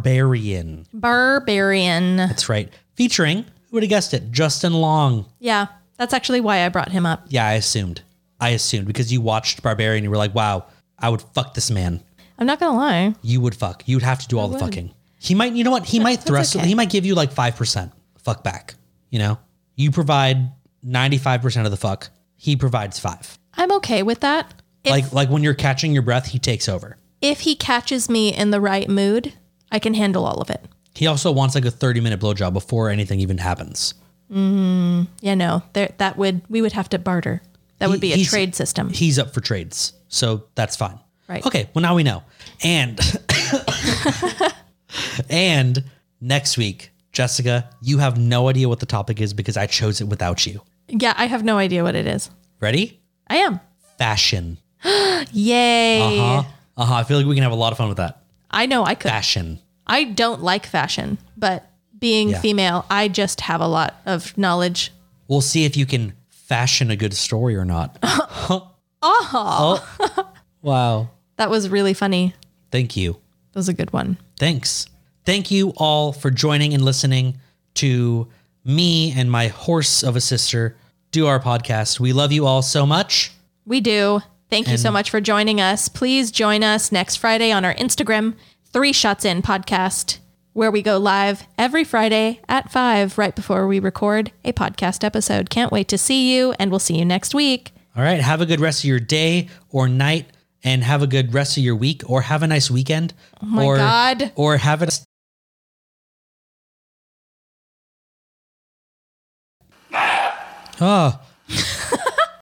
Barbarian.
Barbarian.
That's right. Featuring, who would have guessed it? Justin Long.
Yeah, that's actually why I brought him up.
Yeah, I assumed. I assumed because you watched Barbarian, you were like, "Wow, I would fuck this man.
I'm not gonna lie.
You would fuck. You'd have to do all the fucking." He might, you know what? He might thrust.
okay.
He might give you like five percent fuck back. You know, you provide ninety five percent of the fuck. He provides five.
I'm okay with that. If,
like like when you're catching your breath, he takes over.
if he catches me in the right mood, I can handle all of it.
He also wants like a thirty minute blowjob before anything even happens.
Yeah, no, there, that would we would have to barter. That would be a
He's-
trade system.
He's up for trades, so that's fine.
Right.
Okay. Well, now we know. And and next week, Jessica, you have no idea what the topic is because I chose it without you.
yeah, I have no idea what it is.
Ready?
I am.
Fashion.
Yay.
Uh huh. Uh huh. I feel like we can have a lot of fun with that.
I know I could.
Fashion.
I don't like fashion, but being
Yeah.
female, I just have a lot of knowledge.
We'll see if you can fashion a good story or not. Huh.
Uh-huh.
Oh. Wow.
That was really funny.
Thank you.
That was a good one.
Thanks. Thank you all for joining and listening to me and my horse of a sister do our podcast. We love you all so much.
We do. Thank you so much for joining us. Please join us next Friday on our Instagram, Three Shots In Podcast, where we go live every Friday at five, right before we record a podcast episode. Can't wait to see you, and we'll see you next week.
All right. Have a good rest of your day or night and have a good rest of your week or have a nice weekend. Oh
my
or,
God.
Or have a Oh.